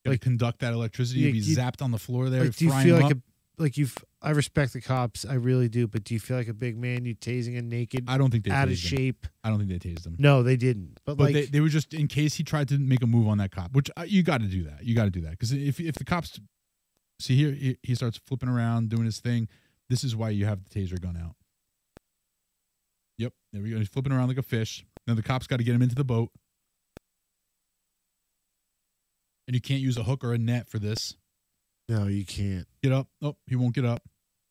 Speaker 2: like conduct that electricity,
Speaker 1: Yeah,
Speaker 2: be
Speaker 1: you-
Speaker 2: zapped on the floor there,
Speaker 1: Like, do you
Speaker 2: frying
Speaker 1: feel
Speaker 2: him
Speaker 1: like
Speaker 2: up.
Speaker 1: a like you've? I respect the cops, I really do. But do you feel like a big man? You tasing a naked,
Speaker 2: I I don't think they
Speaker 1: out
Speaker 2: tased
Speaker 1: of
Speaker 2: him.
Speaker 1: shape.
Speaker 2: I don't think they tased him.
Speaker 1: No, they didn't. But,
Speaker 2: But
Speaker 1: like,
Speaker 2: they, they were just in case he tried to make a move on that cop, which uh, you got to do that. You got to do that because if if the cops see here, he, he starts flipping around doing his thing. This is why you have the taser gun out. Yep, there we go. He's flipping around like a fish. Now the cops got to get him into the boat, and you can't use a hook or a net for this.
Speaker 1: no, you can't.
Speaker 2: Get up! Oh, he won't get up.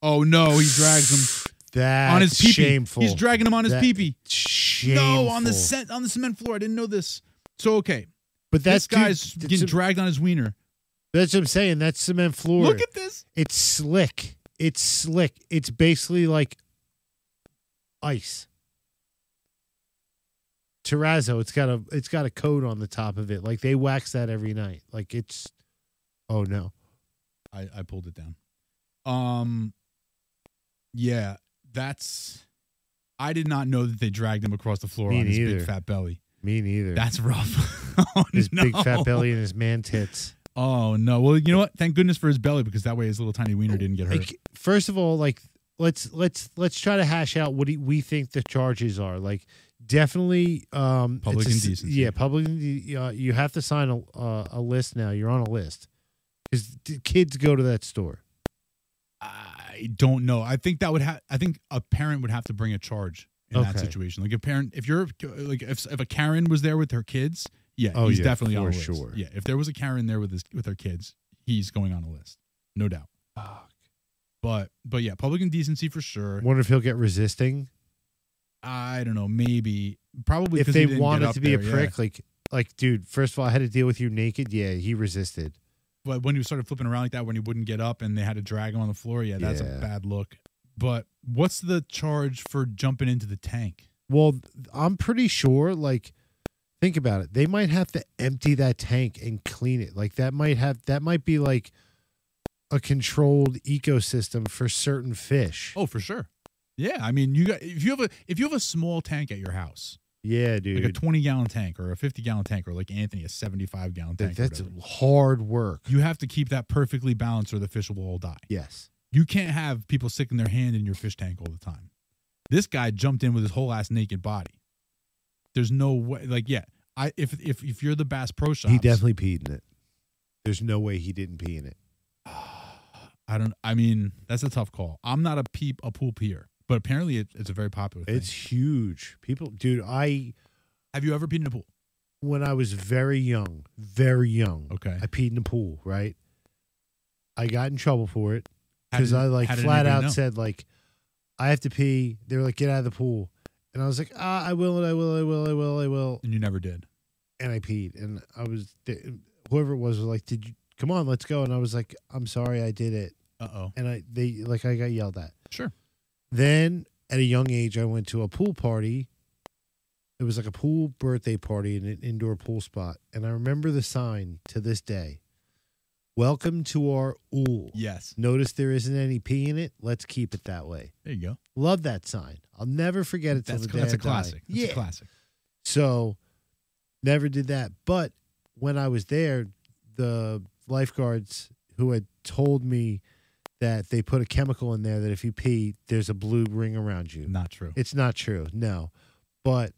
Speaker 2: Oh no, he drags him.
Speaker 1: That's
Speaker 2: on his pee
Speaker 1: shameful.
Speaker 2: He's dragging him on his
Speaker 1: That-
Speaker 2: pee-pee.
Speaker 1: Shameful.
Speaker 2: No, on the cent, on the cement floor. I didn't know this. So okay,
Speaker 1: But that's
Speaker 2: this guy's
Speaker 1: dude,
Speaker 2: getting
Speaker 1: that's,
Speaker 2: dragged on his wiener.
Speaker 1: that's what I'm saying. That cement floor.
Speaker 2: Look at this.
Speaker 1: it's slick. It's slick. It's basically like ice. Terrazzo. It's got a it's got a coat on the top of it. Like they wax that every night. Like it's. Oh no.
Speaker 2: I, I pulled it down. Um, yeah, that's. I did not know that they dragged him across the floor
Speaker 1: Me
Speaker 2: on his
Speaker 1: neither.
Speaker 2: big fat belly.
Speaker 1: Me neither.
Speaker 2: That's rough. oh,
Speaker 1: his
Speaker 2: no.
Speaker 1: big fat belly and his man tits.
Speaker 2: Oh no. Well, you know what? Thank goodness for his belly because that way his little tiny wiener didn't get hurt.
Speaker 1: Like, first of all, like let's let's let's try to hash out what he, we think the charges are. Like definitely um,
Speaker 2: Public
Speaker 1: it's a s-
Speaker 2: indecency.
Speaker 1: Yeah, public. inde- Uh, you have to sign a uh, a list now. You're on a list because kids go to that store.
Speaker 2: I don't know. I think that would have. I think a parent would have to bring a charge in that
Speaker 1: Okay.
Speaker 2: situation. Like a parent, if you're like if if a Karen was there with her kids, yeah,
Speaker 1: Oh,
Speaker 2: he's
Speaker 1: yeah,
Speaker 2: definitely on
Speaker 1: for
Speaker 2: a list.
Speaker 1: sure.
Speaker 2: Yeah, if there was a Karen there with his with her kids, he's going on a list, no doubt. But but yeah, public indecency for sure.
Speaker 1: Wonder if he'll get resisting
Speaker 2: I don't know. Maybe probably
Speaker 1: if
Speaker 2: 'cause he
Speaker 1: they
Speaker 2: didn't get
Speaker 1: wanted
Speaker 2: up
Speaker 1: to be
Speaker 2: there,
Speaker 1: a
Speaker 2: yeah.
Speaker 1: prick. Like like dude, first of all, I had to deal with you naked. Yeah, he resisted.
Speaker 2: But when he started flipping around like that, when he wouldn't get up and they had to drag him on the floor, yeah, that's
Speaker 1: Yeah.
Speaker 2: a bad look. But what's the charge for jumping into the tank?
Speaker 1: Well, th- I'm pretty sure, like, think about it. They might have to empty that tank and clean it. Like that might have that might be like a controlled ecosystem for certain fish.
Speaker 2: Oh, for sure. Yeah, I mean, you got if you have a if you have a small tank at your house,
Speaker 1: yeah, dude.
Speaker 2: like a twenty gallon tank or a fifty gallon tank or like Anthony a seventy five gallon
Speaker 1: Th-
Speaker 2: tank, or
Speaker 1: that's
Speaker 2: whatever,
Speaker 1: hard work.
Speaker 2: you have to keep that perfectly balanced or the fish will all die.
Speaker 1: yes.
Speaker 2: You can't have people sticking their hand in your fish tank all the time. This guy jumped in with his whole ass naked body. There's no way, like, yeah, I if if if you're the Bass Pro Shops,
Speaker 1: He definitely peed in it. There's no way he didn't pee in it.
Speaker 2: I don't. I mean, that's a tough call. I'm not a peep a pool peer, but apparently it, it's a very popular thing.
Speaker 1: It's huge. People, dude, I
Speaker 2: Have you ever peed in a pool?
Speaker 1: when I was very young, very young,
Speaker 2: Okay.
Speaker 1: I peed in the pool, right? I got in trouble for it
Speaker 2: How
Speaker 1: because
Speaker 2: did-
Speaker 1: I like
Speaker 2: how did
Speaker 1: flat
Speaker 2: anybody
Speaker 1: out
Speaker 2: know?
Speaker 1: said like, I have to pee. They were like, get out of the pool, and I was like, ah, I will, I will, I will, I will, I will,
Speaker 2: and you never did.
Speaker 1: and I peed, and I was whoever it was was like, did you come on, let's go, and I was like, I'm sorry, I did it,
Speaker 2: Uh oh.
Speaker 1: and I they like I got yelled at.
Speaker 2: Sure.
Speaker 1: Then at a young age, I went to a pool party. It was like a pool birthday party in an indoor pool spot. And I remember the sign to this day Welcome to our ool.
Speaker 2: Yes.
Speaker 1: Notice there isn't any pee in it. Let's keep it that way.
Speaker 2: There you go.
Speaker 1: Love that sign. I'll never forget it till
Speaker 2: That's
Speaker 1: the day
Speaker 2: that's
Speaker 1: I
Speaker 2: a
Speaker 1: die.
Speaker 2: classic. That's
Speaker 1: yeah.
Speaker 2: a classic.
Speaker 1: So never did that. But when I was there, the lifeguards who had told me that they put a chemical in there that if you pee, there's a blue ring around you.
Speaker 2: Not true.
Speaker 1: It's not true, no. But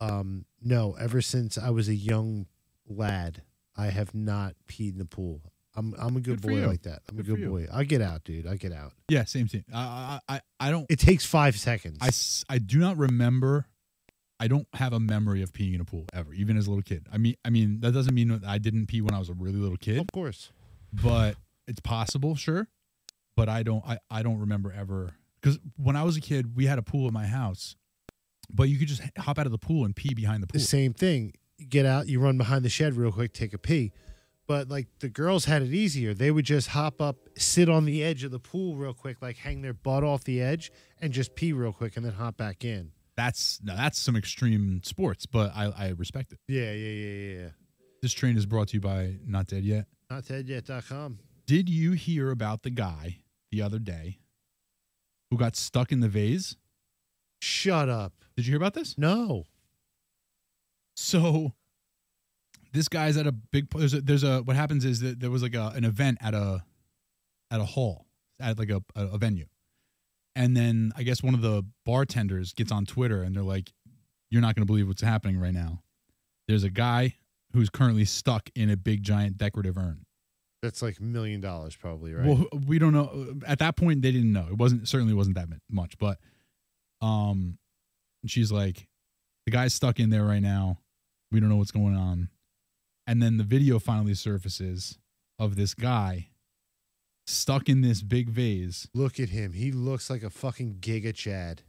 Speaker 1: um no, ever since I was a young lad, I have not peed in the pool. I'm I'm a
Speaker 2: Good
Speaker 1: good,
Speaker 2: for
Speaker 1: boy
Speaker 2: you.
Speaker 1: like that. I'm
Speaker 2: Good
Speaker 1: a
Speaker 2: for
Speaker 1: good
Speaker 2: you.
Speaker 1: boy. I get out, dude. I get out.
Speaker 2: Yeah. Same thing. I I I, I don't.
Speaker 1: It takes five seconds.
Speaker 2: I, s- I do not remember. I don't have a memory of peeing in a pool ever, even as a little kid. I mean, I mean that doesn't mean that I didn't pee when I was a really little kid,
Speaker 1: of course.
Speaker 2: but it's possible, sure. But I don't. I, I don't remember ever because when I was a kid, we had a pool at my house, but you could just h- hop out of the pool and pee behind the
Speaker 1: the
Speaker 2: pool.
Speaker 1: same thing. You get out, you run behind the shed real quick, take a pee. But like the girls had it easier. They would just hop up, sit on the edge of the pool real quick, like hang their butt off the edge and just pee real quick and then hop back in.
Speaker 2: That's now that's some extreme sports, but I I respect it.
Speaker 1: Yeah, yeah, yeah, yeah, yeah.
Speaker 2: This train is brought to you by Not Dead Yet.
Speaker 1: Not deadyet.com.
Speaker 2: Did you hear about the guy the other day who got stuck in the vase?
Speaker 1: Shut up.
Speaker 2: Did you hear about this?
Speaker 1: No.
Speaker 2: So this guy's at a big there's a, there's a what happens is that there was like a, an event at a at a hall at like a, a, a venue. And then I guess one of the bartenders gets on Twitter and they're like you're not going to believe what's happening right now. There's a guy who's currently stuck in a big giant decorative urn.
Speaker 1: That's like million dollars probably, right?
Speaker 2: Well, we don't know. At that point, they didn't know. It wasn't certainly wasn't that mu- much, but um, she's like, the guy's stuck in there right now. We don't know what's going on. And then the video finally surfaces of this guy stuck in this big vase.
Speaker 1: Look at him. He looks like a fucking Giga Chad.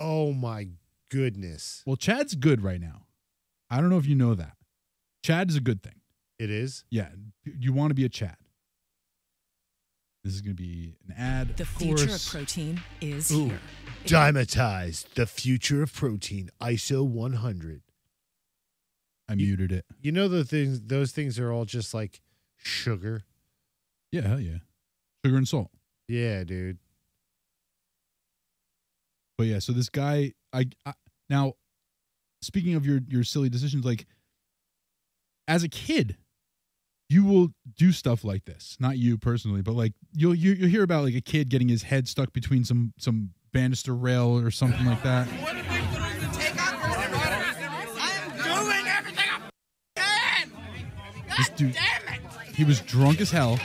Speaker 1: Oh my goodness.
Speaker 2: Well, Chad's good right now. I don't know if you know that. Chad is a good thing.
Speaker 1: It is?
Speaker 2: Yeah, you want to be a Chad. This is going to be an ad.
Speaker 6: The
Speaker 2: of
Speaker 6: future of
Speaker 2: course.
Speaker 6: protein is
Speaker 1: Ooh.
Speaker 6: here.
Speaker 1: Dimatized, the future of protein, ISO 100.
Speaker 2: I muted it.
Speaker 1: You know the things; those things are all just like sugar.
Speaker 2: Yeah, hell yeah. Sugar and salt.
Speaker 1: Yeah, dude.
Speaker 2: But yeah, so this guy, I, I now speaking of your your silly decisions, like as a kid, you will do stuff like this. Not you personally, but like you'll you, you'll hear about like a kid getting his head stuck between some some banister rail or something like that.
Speaker 7: What did we put on the takeout order? I am doing everything I can.
Speaker 2: This
Speaker 7: God
Speaker 2: dude-
Speaker 7: damn it!
Speaker 2: He was drunk as hell,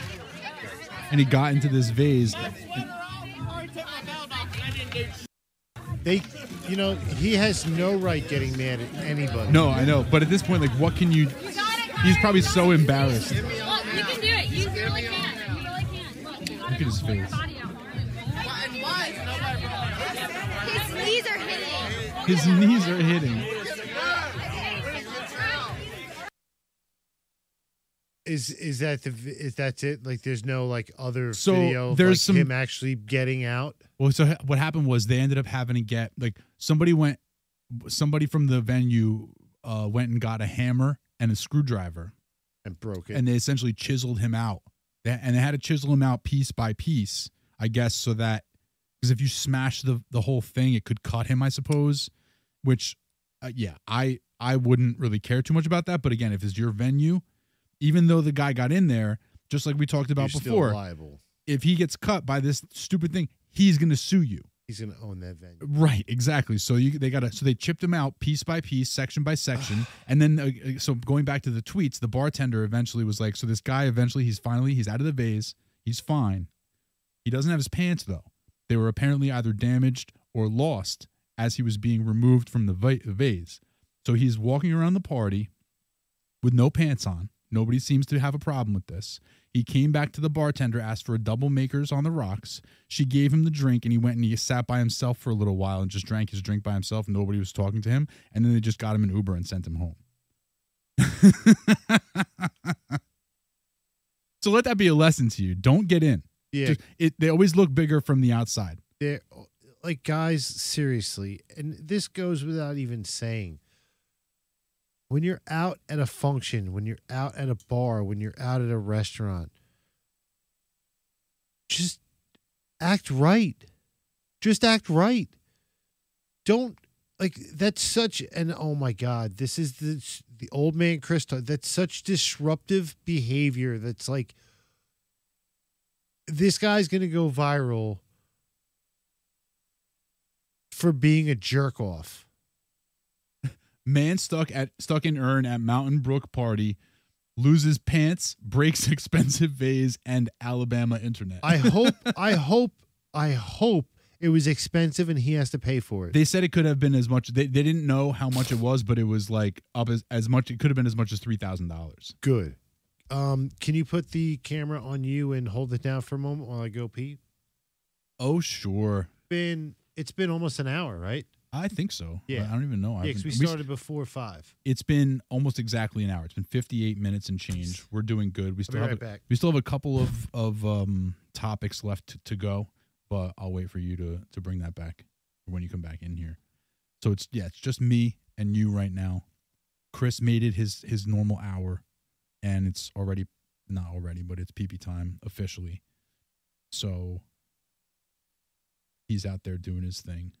Speaker 2: and he got into this vase.
Speaker 1: They, you know, he has no right getting mad at anybody.
Speaker 2: No, I know, but at this point, like, what can you? He's probably so embarrassed.
Speaker 8: Look, you can do it. You really can. You really can. Look, you gotta
Speaker 2: Look at his
Speaker 8: pull your
Speaker 2: face.
Speaker 8: body out.
Speaker 7: And why is nobody
Speaker 8: His knees are hitting.
Speaker 2: His knees are hitting.
Speaker 1: Is is that the vi- is that's it? Like, there's no like other
Speaker 2: So,
Speaker 1: video. Of,
Speaker 2: there's
Speaker 1: like,
Speaker 2: some-
Speaker 1: him actually getting out.
Speaker 2: Well, so ha- what happened was they ended up having to get like somebody went, somebody from the venue uh, went and got a hammer and a screwdriver,
Speaker 1: And broke it.
Speaker 2: and they essentially chiseled him out. They, and they had to chisel him out piece by piece, I guess, so that because if you smash the the whole thing, it could cut him, I suppose. Which, uh, yeah, I I wouldn't really care too much about that. But again, if it's your venue, even though the guy got in there, just like we talked
Speaker 1: You're
Speaker 2: about
Speaker 1: still
Speaker 2: before,
Speaker 1: liable.
Speaker 2: if he gets cut by this stupid thing, he's gonna sue you.
Speaker 1: He's gonna own that venue.
Speaker 2: Right, exactly. So you they got to so they chipped him out piece by piece, section by section, and then uh, uh, so going back to the tweets, the bartender eventually was like, so this guy eventually he's finally he's out of the vase, He's fine. He doesn't have his pants though. They were apparently either damaged or lost as he was being removed from the va- vase. So he's walking around the party with no pants on. Nobody seems to have a problem with this. He came back to the bartender, asked for a double makers on the rocks. She gave him the drink, and he went and he sat by himself for a little while and just drank his drink by himself. Nobody was talking to him, and then they just got him an Uber and sent him home. so let that be a lesson to you. Don't get in.
Speaker 1: Yeah,
Speaker 2: Just- it, they always look bigger from the outside.
Speaker 1: they're like guys seriously and this goes without even saying when you're out at a function when you're out at a bar when you're out at a restaurant just act right just act right don't like that's such an oh my god this is the the old man chris talk- that's such disruptive behavior that's like this guy's gonna go viral for being a jerk off.
Speaker 2: Man stuck at stuck in urn at Mountain Brook party, loses pants, breaks expensive vase, and Alabama internet.
Speaker 1: I hope, I hope, I hope it was expensive and he has to pay for it.
Speaker 2: they said it could have been as much. They, they didn't know how much it was, but it was like up as, as much. It could have been as much as three thousand dollars.
Speaker 1: Good. Um, can you put the camera on you and hold it down for a moment while I go pee?
Speaker 2: Oh sure,
Speaker 1: Been it's been almost an hour, right?
Speaker 2: I think so.
Speaker 1: Yeah.
Speaker 2: I don't even know. I
Speaker 1: Yeah, 'cause
Speaker 2: haven't-
Speaker 1: we started before five.
Speaker 2: It's been almost exactly an hour. It's been 58 minutes and change. We're doing good. We still
Speaker 1: be
Speaker 2: have
Speaker 1: right
Speaker 2: a,
Speaker 1: back.
Speaker 2: we still have a couple of of um, topics left to, to go, but I'll wait for you to to bring that back when you come back in here. So it's yeah, it's just me and you right now. Chris made it his his normal hour, and it's already not already, but it's PP time officially. So he's out there doing his thing.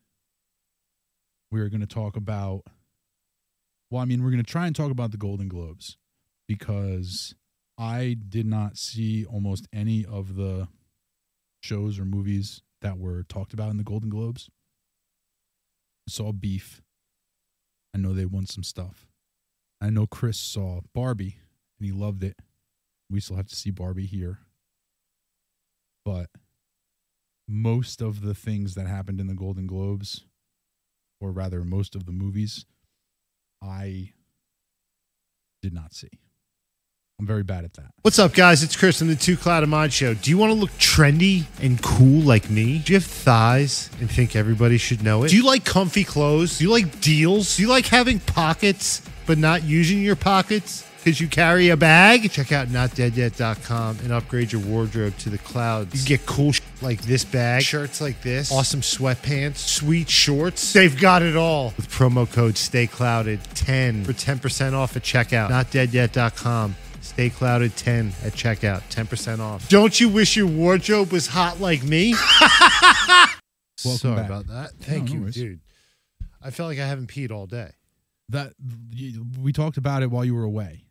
Speaker 2: We are going to talk about well, I mean, we're going to try and talk about the Golden Globes because I did not see almost any of the shows or movies that were talked about in the Golden Globes. I saw Beef. I know they won some stuff. I know Chris saw Barbie and he loved it. We still have to see Barbie here. But most of the things that happened in the Golden Globes, or rather, most of the movies, I did not see. I'm very bad at that.
Speaker 1: What's up, guys? It's Chris from the Two Cloud of Mind show. Do you want to look trendy and cool like me? Do you have thighs and think everybody should know it? Do you like comfy clothes? Do you like deals? Do you like having pockets but not using your pockets? Because you carry a bag? Check out notdeadyet.com and upgrade your wardrobe to the clouds. You can get cool sh- like this bag, shirts like this, awesome sweatpants, sweet shorts. They've got it all with promo code STAYCLOUDED10 for 10% off at checkout. Notdeadyet.com. Stay clouded 10 at checkout, 10% off. Don't you wish your wardrobe was hot like me?
Speaker 2: Welcome
Speaker 1: Sorry
Speaker 2: back.
Speaker 1: about that. Thank
Speaker 2: no
Speaker 1: you,
Speaker 2: worries.
Speaker 1: dude. I felt like I haven't peed all day.
Speaker 2: That you- we talked about it while you were away.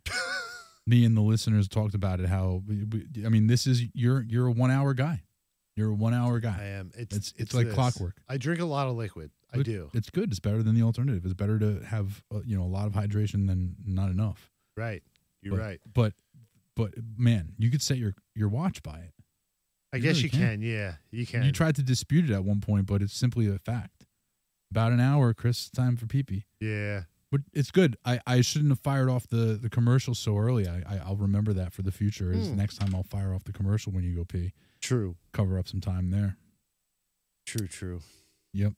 Speaker 2: Me and the listeners talked about it. How we- we- I mean, this is you're you're a one hour guy. You're a one hour
Speaker 1: I
Speaker 2: guy.
Speaker 1: am. It's
Speaker 2: It's- it's like
Speaker 1: this.
Speaker 2: clockwork.
Speaker 1: I drink a lot of liquid. I
Speaker 2: But
Speaker 1: do.
Speaker 2: It's good. It's better than the alternative. It's better to have uh, you know a lot of hydration than not enough.
Speaker 1: Right. You're
Speaker 2: but,
Speaker 1: right.
Speaker 2: But but man, you could set your your watch by it.
Speaker 1: I
Speaker 2: you
Speaker 1: guess
Speaker 2: really
Speaker 1: you
Speaker 2: can.
Speaker 1: can. Yeah, you can.
Speaker 2: You tried to dispute it at one point, but it's simply a fact. About an hour, Chris. Time for pee pee.
Speaker 1: Yeah.
Speaker 2: But it's good. I, I shouldn't have fired off the, the commercial so early. I, I I'll remember that for the future.
Speaker 1: Hmm.
Speaker 2: Is next time I'll fire off the commercial when you go pee.
Speaker 1: True.
Speaker 2: Cover up some time there.
Speaker 1: True. True.
Speaker 2: Yep.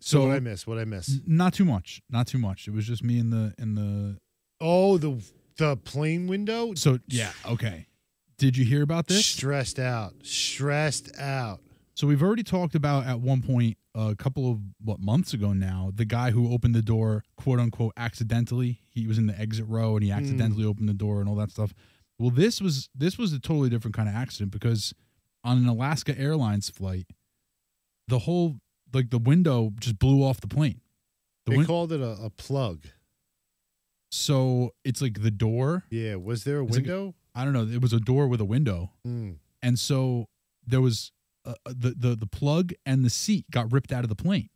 Speaker 1: So,
Speaker 2: So,
Speaker 1: what I miss? What I miss?
Speaker 2: n- not too much. Not too much. It was just me in the in the.
Speaker 1: Oh, the the plane window.
Speaker 2: So yeah. Okay. Did you hear about this?
Speaker 1: Stressed out. Stressed out.
Speaker 2: So we've already talked about at one point a couple of what months ago now, the guy who opened the door, quote unquote, accidentally. He was in the exit row and he accidentally opened the door and all that stuff. Well, this was this was a totally different kind of accident because on an Alaska Airlines flight, the whole like the window just blew off the plane. The
Speaker 1: They
Speaker 2: win-
Speaker 1: called it a, a plug.
Speaker 2: so it's like the door.
Speaker 1: Yeah. Was there a
Speaker 2: It's like a-
Speaker 1: window?
Speaker 2: I don't know. It was a door with a window,
Speaker 1: Mm.
Speaker 2: and so there was uh, the the the plug and the seat got ripped out of the plane.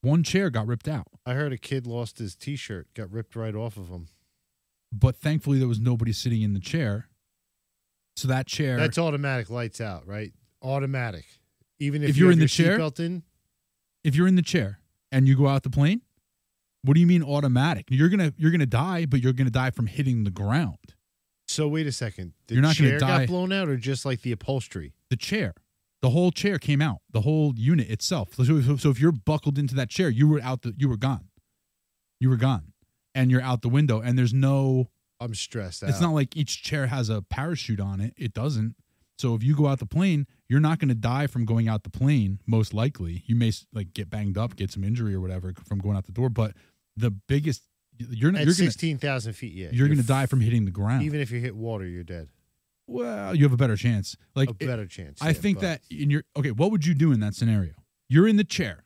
Speaker 2: One chair got ripped out,
Speaker 1: I heard a kid lost his T-shirt, got ripped right off of him.
Speaker 2: but thankfully there was nobody sitting in the chair. So that chair.
Speaker 1: That's automatic lights out, right? Automatic. Even if,
Speaker 2: If
Speaker 1: you
Speaker 2: you're
Speaker 1: have
Speaker 2: in the
Speaker 1: your
Speaker 2: chair?
Speaker 1: seatbelt in,
Speaker 2: if you're in the chair and you go out the plane, what do you mean automatic? You're gonna you're gonna die, but you're gonna die from hitting the ground.
Speaker 1: So wait a second. The
Speaker 2: You're not gonna
Speaker 1: chair
Speaker 2: die.
Speaker 1: got blown out, or just like the upholstery?
Speaker 2: The chair, the whole chair came out, the whole unit itself. So, so, so if you're buckled into that chair, you were out the you were gone, you were gone, and you're out the window. And there's no,
Speaker 1: I'm stressed out.
Speaker 2: it's not like each chair has a parachute on it. It doesn't. So if you go out the plane, you're not gonna die from going out the plane. Most likely, you may s- like get banged up, get some injury or whatever from going out the door. But the biggest, you're not
Speaker 1: at
Speaker 2: you're gonna.
Speaker 1: sixteen thousand feet. Yeah,
Speaker 2: you're, going to die from hitting the ground.
Speaker 1: Even if you hit water, you're dead.
Speaker 2: well, you have a better chance. Like,
Speaker 1: A
Speaker 2: it-
Speaker 1: better chance.
Speaker 2: I
Speaker 1: yeah,
Speaker 2: think
Speaker 1: but-
Speaker 2: that in your okay, what would you do in that scenario? You're in the chair,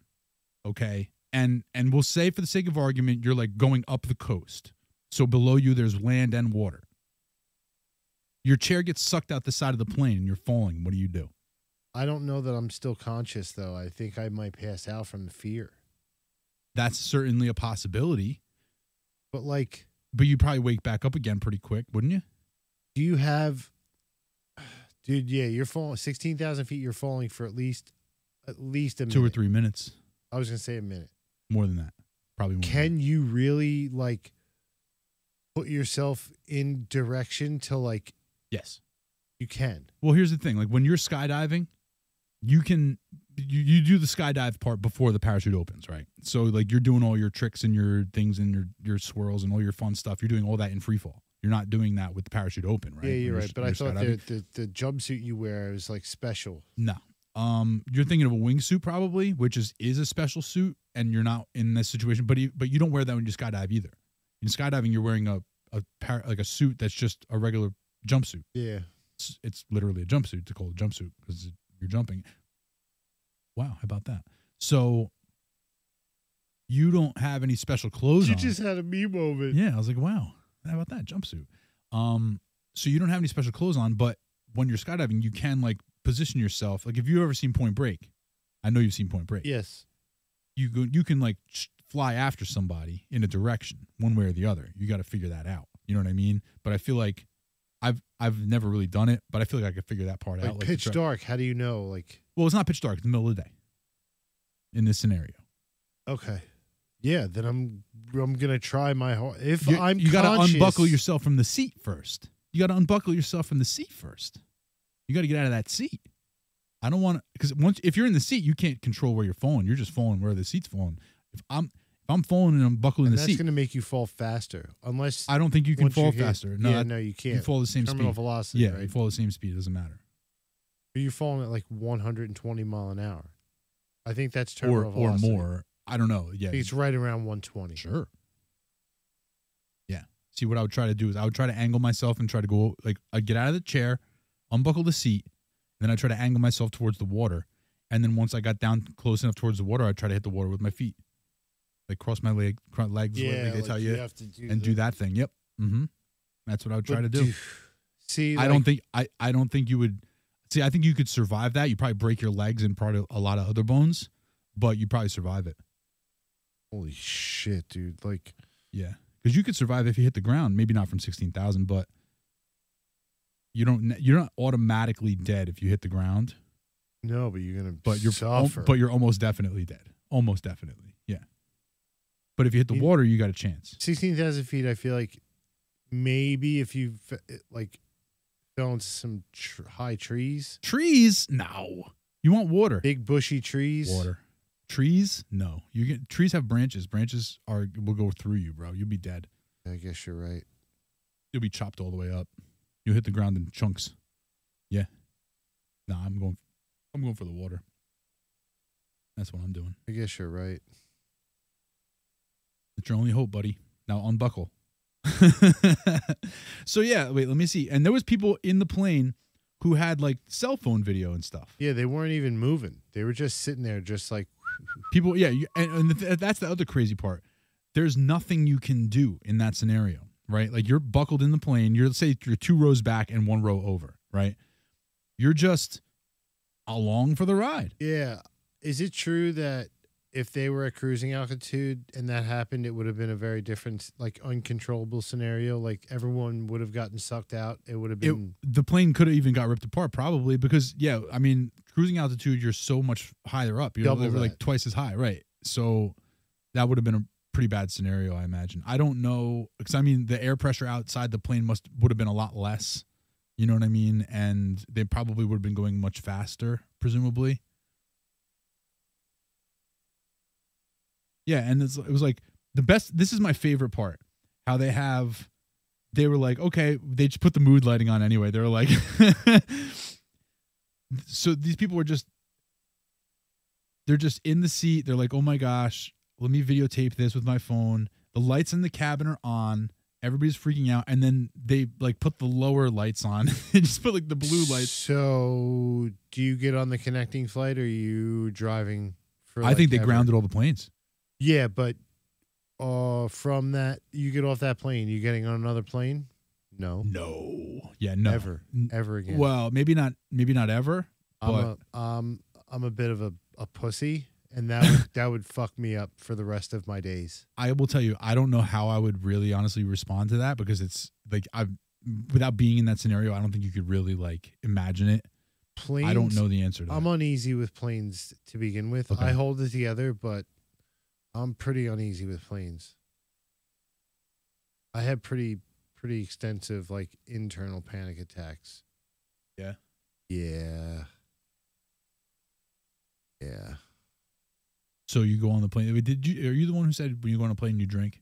Speaker 2: okay, and and we'll say for the sake of argument, you're like going up the coast, so below you there's land and water. Your chair gets sucked out the side of the plane, and you're falling. What do you do?
Speaker 1: I don't know that I'm still conscious though. I think I might pass out from the fear.
Speaker 2: That's certainly a possibility,
Speaker 1: But like,
Speaker 2: but you probably wake back up again pretty quick, wouldn't you?
Speaker 1: do you have, dude? Yeah, you're falling sixteen thousand feet. You're falling for at least, at least a
Speaker 2: Two or
Speaker 1: minute.
Speaker 2: three minutes,
Speaker 1: I was gonna say a minute.
Speaker 2: more than that, probably. More than that.
Speaker 1: can you really like put yourself in direction to like
Speaker 2: yes.
Speaker 1: you can
Speaker 2: Well, here's the thing: like when you're skydiving, you can you, you do the skydive part before the parachute opens, right? So like you're doing all your tricks and your things and your your swirls and all your fun stuff. You're doing all that in free fall. You're not doing that with the parachute open, right?
Speaker 1: yeah
Speaker 2: When
Speaker 1: you're right
Speaker 2: s-
Speaker 1: but
Speaker 2: when
Speaker 1: i
Speaker 2: you're
Speaker 1: thought
Speaker 2: skydiving.
Speaker 1: the, the the jumpsuit you wear is like special
Speaker 2: No. Um, you're thinking of a wingsuit probably, which is is a special suit, and you're not in this situation. But you, but you don't wear that when you skydive either. In skydiving, you're wearing a a par- like a suit that's just a regular jumpsuit.
Speaker 1: yeah
Speaker 2: It's, it's literally a jumpsuit. It's called a jumpsuit because you're jumping. Wow, how about that? So you don't have any special clothes
Speaker 1: you
Speaker 2: on.
Speaker 1: just had a me moment
Speaker 2: Yeah, I was like, wow, how about that jumpsuit? Um, so you don't have any special clothes on, but when you're skydiving, you can like position yourself. Like if you've ever seen Point Break, I know you've seen Point Break.
Speaker 1: yes
Speaker 2: you go, you can like sh- fly after somebody in a direction, one way or the other. You got to figure that out. You know what I mean? But I feel like I've I've never really done it, but I feel like I could figure that part
Speaker 1: like
Speaker 2: out. the
Speaker 1: pitch
Speaker 2: dri-
Speaker 1: dark how do you know like
Speaker 2: Well, it's not pitch dark. It's the middle of the day. In this scenario,
Speaker 1: okay yeah then i'm i'm gonna try my hard if
Speaker 2: you,
Speaker 1: i'm
Speaker 2: you gotta
Speaker 1: conscious-
Speaker 2: unbuckle yourself from the seat first. You got to unbuckle yourself from the seat first. You got to get out of that seat. I don't want to because once if you're in the seat, you can't control where you're falling. You're just falling where the seat's falling. If I'm if I'm falling and I'm buckling
Speaker 1: and
Speaker 2: the
Speaker 1: that's
Speaker 2: seat,
Speaker 1: gonna make you fall faster unless
Speaker 2: I don't think you can
Speaker 1: once
Speaker 2: fall
Speaker 1: hit-
Speaker 2: faster. No,
Speaker 1: yeah
Speaker 2: that-
Speaker 1: no you can't
Speaker 2: You fall the same
Speaker 1: terminal
Speaker 2: speed.
Speaker 1: velocity
Speaker 2: yeah, you
Speaker 1: right
Speaker 2: fall the same speed. It doesn't matter.
Speaker 1: But you're falling at like 120 mile an hour. I think that's
Speaker 2: Or
Speaker 1: terminal
Speaker 2: or
Speaker 1: velocity.
Speaker 2: more. I don't know.
Speaker 1: I
Speaker 2: Yeah.
Speaker 1: think it's right around 120.
Speaker 2: Sure. Yeah. See, what I would try to do is I would try to angle myself and try to go like I'd get out of the chair, unbuckle the seat, and then I try to angle myself towards the water. And then once I got down close enough towards the water, I try to hit the water with my feet, like cross my leg, cross legs,
Speaker 1: Yeah,
Speaker 2: like they
Speaker 1: like
Speaker 2: tell you,
Speaker 1: have to do
Speaker 2: and do that thing. Yep. Mm-hmm. That's what I would try to
Speaker 1: But
Speaker 2: do.
Speaker 1: See,
Speaker 2: I don't think I, I don't think you would see. I think you could survive that. You probably break your legs and probably a lot of other bones, but you probably survive it.
Speaker 1: Holy shit, dude! Like,
Speaker 2: Yeah, because you could survive if you hit the ground. Maybe not from sixteen thousand, but you don't. You're not automatically dead if you hit the ground,
Speaker 1: no, but you're gonna
Speaker 2: but you're oh,
Speaker 1: suffer.
Speaker 2: but you're almost definitely dead. Almost definitely, yeah. But if you hit the
Speaker 1: You-
Speaker 2: water, you got a chance.
Speaker 1: 16,000 feet. I feel like maybe if you fe- like fell into some tr- high trees,
Speaker 2: Trees, no. You want water.
Speaker 1: big bushy trees,
Speaker 2: Water. Trees, no. You get trees have branches. Branches are will go through you, bro. You'll be dead.
Speaker 1: I guess you're right.
Speaker 2: you'll be chopped all the way up. You'll hit the ground in chunks. Yeah. Nah, I'm going. I'm going for the water. That's what I'm doing.
Speaker 1: I guess you're right.
Speaker 2: It's your only hope, buddy. Now unbuckle. so yeah, wait. Let me see. And there was people in the plane who had like cell phone video and stuff.
Speaker 1: Yeah, they weren't even moving. They were just sitting there, just like
Speaker 2: People, yeah, you, and, and th- that's the other crazy part. There's nothing you can do in that scenario, right? Like you're buckled in the plane. You're let's say you're two rows back and one row over, right? You're just along for the ride.
Speaker 1: Yeah. Is it true that if they were at cruising altitude and that happened, it would have been a very different, like uncontrollable scenario. Like everyone would have gotten sucked out. It would have
Speaker 2: It,
Speaker 1: been
Speaker 2: the plane could have even got ripped apart, probably because yeah, I mean, cruising altitude, you're so much higher up. You're
Speaker 1: Double
Speaker 2: over, like
Speaker 1: that.
Speaker 2: twice as high, right? So that would have been a pretty bad scenario, I imagine. I don't know because I mean, the air pressure outside the plane must would have been a lot less. You know what I mean? And they probably would have been going much faster, presumably. Yeah, and it's, it was like the best. This is my favorite part. How they have they were like, okay, they just put the mood lighting on anyway. They were like, so these people were just, they're just in the seat. They're like, oh my gosh, let me videotape this with my phone. The lights in the cabin are on. Everybody's freaking out. And then they like put the lower lights on. they just put like the blue lights.
Speaker 1: So, do you get on the connecting flight? Or are you driving? For
Speaker 2: I think
Speaker 1: like,
Speaker 2: they
Speaker 1: ever?
Speaker 2: grounded all the planes.
Speaker 1: Yeah, but uh, from that, you get off that plane. You getting on another plane? No,
Speaker 2: No. Yeah, no.
Speaker 1: ever,
Speaker 2: N-
Speaker 1: ever again.
Speaker 2: Well, maybe not, maybe not ever.
Speaker 1: I'm
Speaker 2: but-
Speaker 1: a, um, I'm a bit of a, a pussy, and that would, that would fuck me up for the rest of my days.
Speaker 2: I will tell you, I don't know how I would really honestly respond to that because it's like I, without being in that scenario, I don't think you could really like imagine it.
Speaker 1: Planes.
Speaker 2: I don't know the answer to
Speaker 1: I'm
Speaker 2: that.
Speaker 1: uneasy with planes to begin with.
Speaker 2: Okay.
Speaker 1: I hold it together, but I'm pretty uneasy with planes. I had pretty pretty extensive like internal panic attacks.
Speaker 2: Yeah?
Speaker 1: Yeah. Yeah.
Speaker 2: so you go on the plane. Wait, Did you? Are you the one who said when you go on a plane you drink?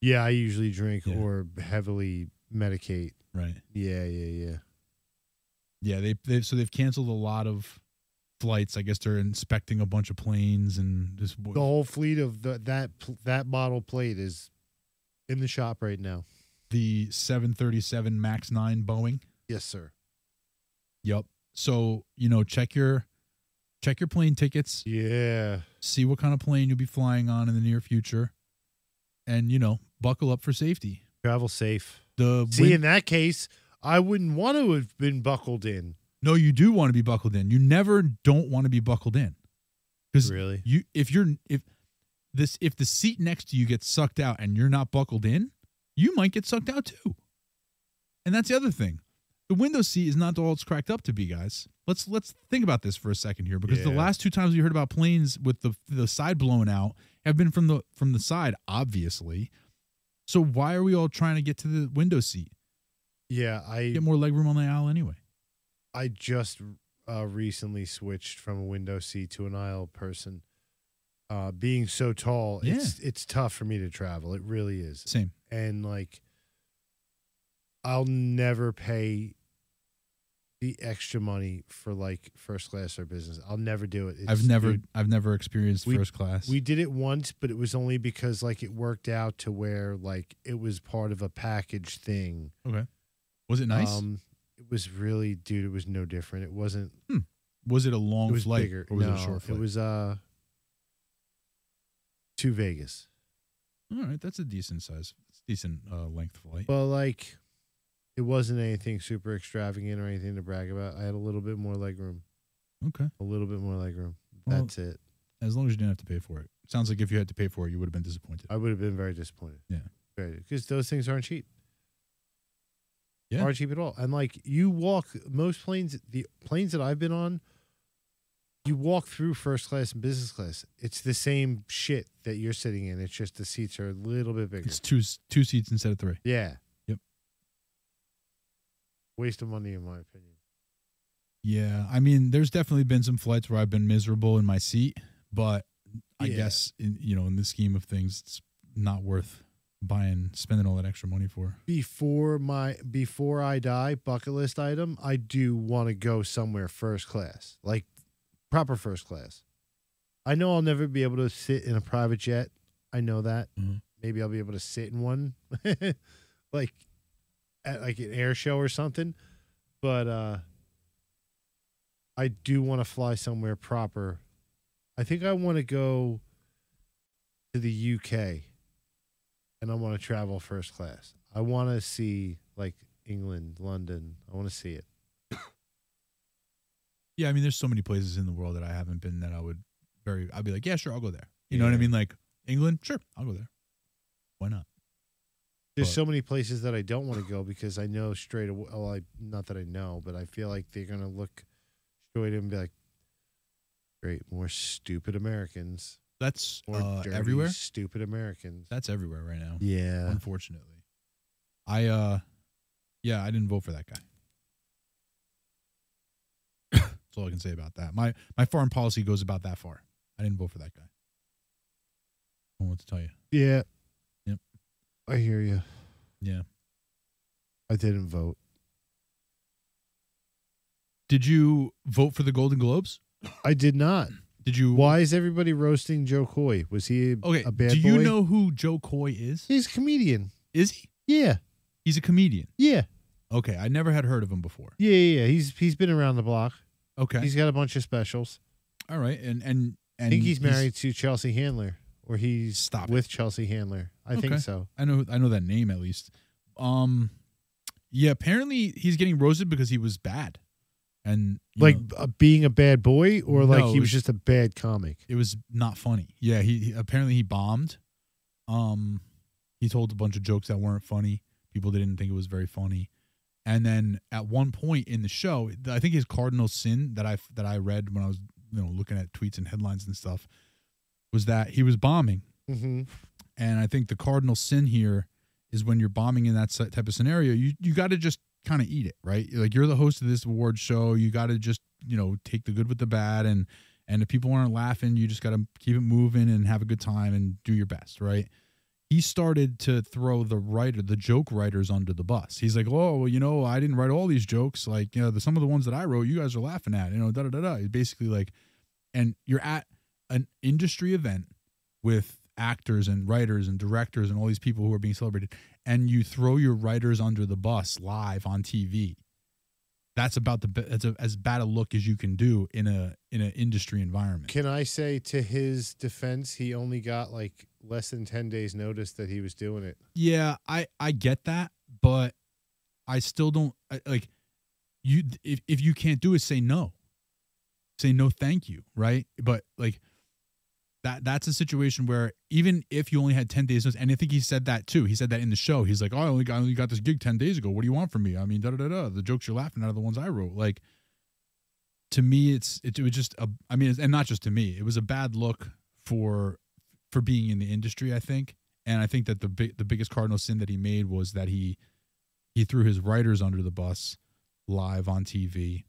Speaker 1: Yeah, I usually drink
Speaker 2: Yeah.
Speaker 1: or heavily medicate.
Speaker 2: Right.
Speaker 1: Yeah, yeah, yeah.
Speaker 2: Yeah. They they so they've canceled a lot of flights. I guess they're inspecting a bunch of planes and just.
Speaker 1: The whole fleet of the, that pl- that bottle plate is in the shop right now.
Speaker 2: the 737 Max 9 Boeing.
Speaker 1: Yes, sir.
Speaker 2: Yep. So, you know, check your check your plane tickets,
Speaker 1: Yeah.
Speaker 2: see what kind of plane you'll be flying on in the near future and, you know, buckle up for safety.
Speaker 1: Travel safe.
Speaker 2: The
Speaker 1: See,
Speaker 2: win-
Speaker 1: in that case, I wouldn't want to have been buckled in.
Speaker 2: No, you do want to be buckled in. You never don't want to be buckled in. Cuz
Speaker 1: Really?
Speaker 2: you if you're if this if the seat next to you gets sucked out and you're not buckled in, you might get sucked out too. And that's the other thing. The window seat is not all it's cracked up to be, guys. Let's let's think about this for a second here because the
Speaker 1: Yeah.
Speaker 2: last two times we heard about planes with the the side blown out have been from the from the side, obviously. So why are we all trying to get to the window seat?
Speaker 1: Yeah, I
Speaker 2: Get more legroom on the aisle anyway.
Speaker 1: I just uh, recently switched from a window seat to an aisle person. Uh, being so tall,
Speaker 2: Yeah.
Speaker 1: it's it's tough for me to travel. It really is.
Speaker 2: Same.
Speaker 1: and like I'll never pay the extra money for like first class or business. I'll never do it. It's-
Speaker 2: I've never
Speaker 1: dude,
Speaker 2: I've never experienced
Speaker 1: we-
Speaker 2: first class.
Speaker 1: we did it once, but it was only because like it worked out to where like it was part of a package thing.
Speaker 2: okay. Was it nice?
Speaker 1: Um it was really dude, it was no different. It wasn't
Speaker 2: was it a long
Speaker 1: it was
Speaker 2: flight
Speaker 1: bigger.
Speaker 2: or was
Speaker 1: no,
Speaker 2: it a short flight?
Speaker 1: It was uh to Vegas.
Speaker 2: All right, that's a decent size, it's a decent uh, length flight.
Speaker 1: Well, like it wasn't anything super extravagant or anything to brag about. I had a little bit more leg room.
Speaker 2: okay,
Speaker 1: A little bit more leg room.
Speaker 2: Well-
Speaker 1: That's it.
Speaker 2: as long as you didn't have to pay for it. Sounds like if you had to pay for it, you would have been disappointed.
Speaker 1: I would have been very disappointed.
Speaker 2: Yeah.
Speaker 1: Because those things aren't cheap.
Speaker 2: Yeah.
Speaker 1: Aren't cheap at all. And like you walk most planes the planes that I've been on, you walk through first class and business class. It's the same shit that you're sitting in. It's just the seats are a little bit bigger.
Speaker 2: It's two s- two seats instead of three.
Speaker 1: yeah.
Speaker 2: Yep.
Speaker 1: Waste of money in my opinion.
Speaker 2: Yeah, I mean, there's definitely been some flights where I've been miserable in my seat, but I
Speaker 1: Yeah.
Speaker 2: guess in, you know, in the scheme of things, it's not worth buying spending all that extra money for.
Speaker 1: before my before I die bucket list item, I do want to go somewhere first class, like proper first class. I know I'll never be able to sit in a private jet. I know that.
Speaker 2: Mhm.
Speaker 1: Maybe I'll be able to sit in one, like at like an air show or something. But uh I do want to fly somewhere proper. I think I want to go to the UK and I want to travel first class. I want to see like England, London. I want to see it.
Speaker 2: Yeah, I mean, there's so many places in the world that I haven't been that I would very. I'd be like, yeah, sure, I'll go there. You know what I mean? Like England, sure, I'll go there. Why not?
Speaker 1: There's
Speaker 2: But-
Speaker 1: so many places that I don't want to go because I know straight away. Well, I not that I know, but I feel like they're gonna look straight and be like, "Great, more stupid Americans,
Speaker 2: That's
Speaker 1: more
Speaker 2: uh,
Speaker 1: dirty,
Speaker 2: everywhere.
Speaker 1: stupid Americans."
Speaker 2: That's everywhere right now.
Speaker 1: Yeah,
Speaker 2: Unfortunately, I uh, yeah, I didn't vote for that guy. That's all I can say about that. My my foreign policy goes about that far. I didn't vote for that guy. I don't know what to tell you.
Speaker 1: yeah,
Speaker 2: Yep.
Speaker 1: I hear you.
Speaker 2: Yeah.
Speaker 1: I didn't vote.
Speaker 2: Did you vote for the Golden Globes?
Speaker 1: I did not.
Speaker 2: Did you?
Speaker 1: Why is everybody roasting Joe Coy? Was he
Speaker 2: Okay.
Speaker 1: a bad
Speaker 2: do you
Speaker 1: boy?
Speaker 2: know who Joe Coy is?
Speaker 1: he's a comedian?
Speaker 2: Is he?
Speaker 1: Yeah,
Speaker 2: He's a comedian.
Speaker 1: yeah,
Speaker 2: Okay, I never had heard of him before.
Speaker 1: yeah, yeah. yeah. He's he's been around the block.
Speaker 2: Okay,
Speaker 1: He's got a bunch of specials.
Speaker 2: all right, and and and
Speaker 1: I think he's married to Chelsea Handler, or he's
Speaker 2: Stop it.
Speaker 1: with Chelsea Handler. I
Speaker 2: Okay.
Speaker 1: think so.
Speaker 2: I know I know that name at least. Um, yeah, apparently he's getting roasted because he was bad, and you
Speaker 1: Like
Speaker 2: know,
Speaker 1: uh, being a bad boy, or like
Speaker 2: No,
Speaker 1: he
Speaker 2: it
Speaker 1: was
Speaker 2: was-
Speaker 1: just a bad comic.
Speaker 2: it was not funny. Yeah, he, he apparently he bombed. Um, he told a bunch of jokes that weren't funny. People didn't think it was very funny. And then at one point in the show, I think his cardinal sin that I that I read when I was you know looking at tweets and headlines and stuff was that he was bombing
Speaker 1: Mm-hmm.
Speaker 2: And I think the cardinal sin here is when you're bombing in that si- type of scenario, you you got to just kind of eat it, right? Like you're the host of this award show, you got to just you know take the good with the bad, and and if people aren't laughing, you just got to keep it moving and have a good time and do your best, right? He started to throw the writer, the joke writers under the bus. He's like, "Oh, well, you know, I didn't write all these jokes. Like, you know, the, some of the ones that I wrote, you guys are laughing at. You know, da da da da." He's Basically, like, and you're at an industry event with actors and writers and directors and all these people who are being celebrated and you throw your writers under the bus live on TV that's about the be- that's a, as bad a look as you can do in a in an industry environment
Speaker 1: Can I say to his defense, he only got like less than ten days notice that he was doing it.
Speaker 2: yeah i i get that but i still don't I, like you if, if you can't do it say no say no thank you right but like that that's a situation where even if you only had 10 days notice and i think he said that too he said that in the show he's like oh i only got, I only got this gig 10 days ago what do you want from me i mean da da da da the jokes you're laughing at are the ones i wrote like to me it's it, was just a i mean and not just to me it was a bad look for for being in the industry i think and i think that the big the biggest cardinal sin that he made was that he he threw his writers under the bus live on tv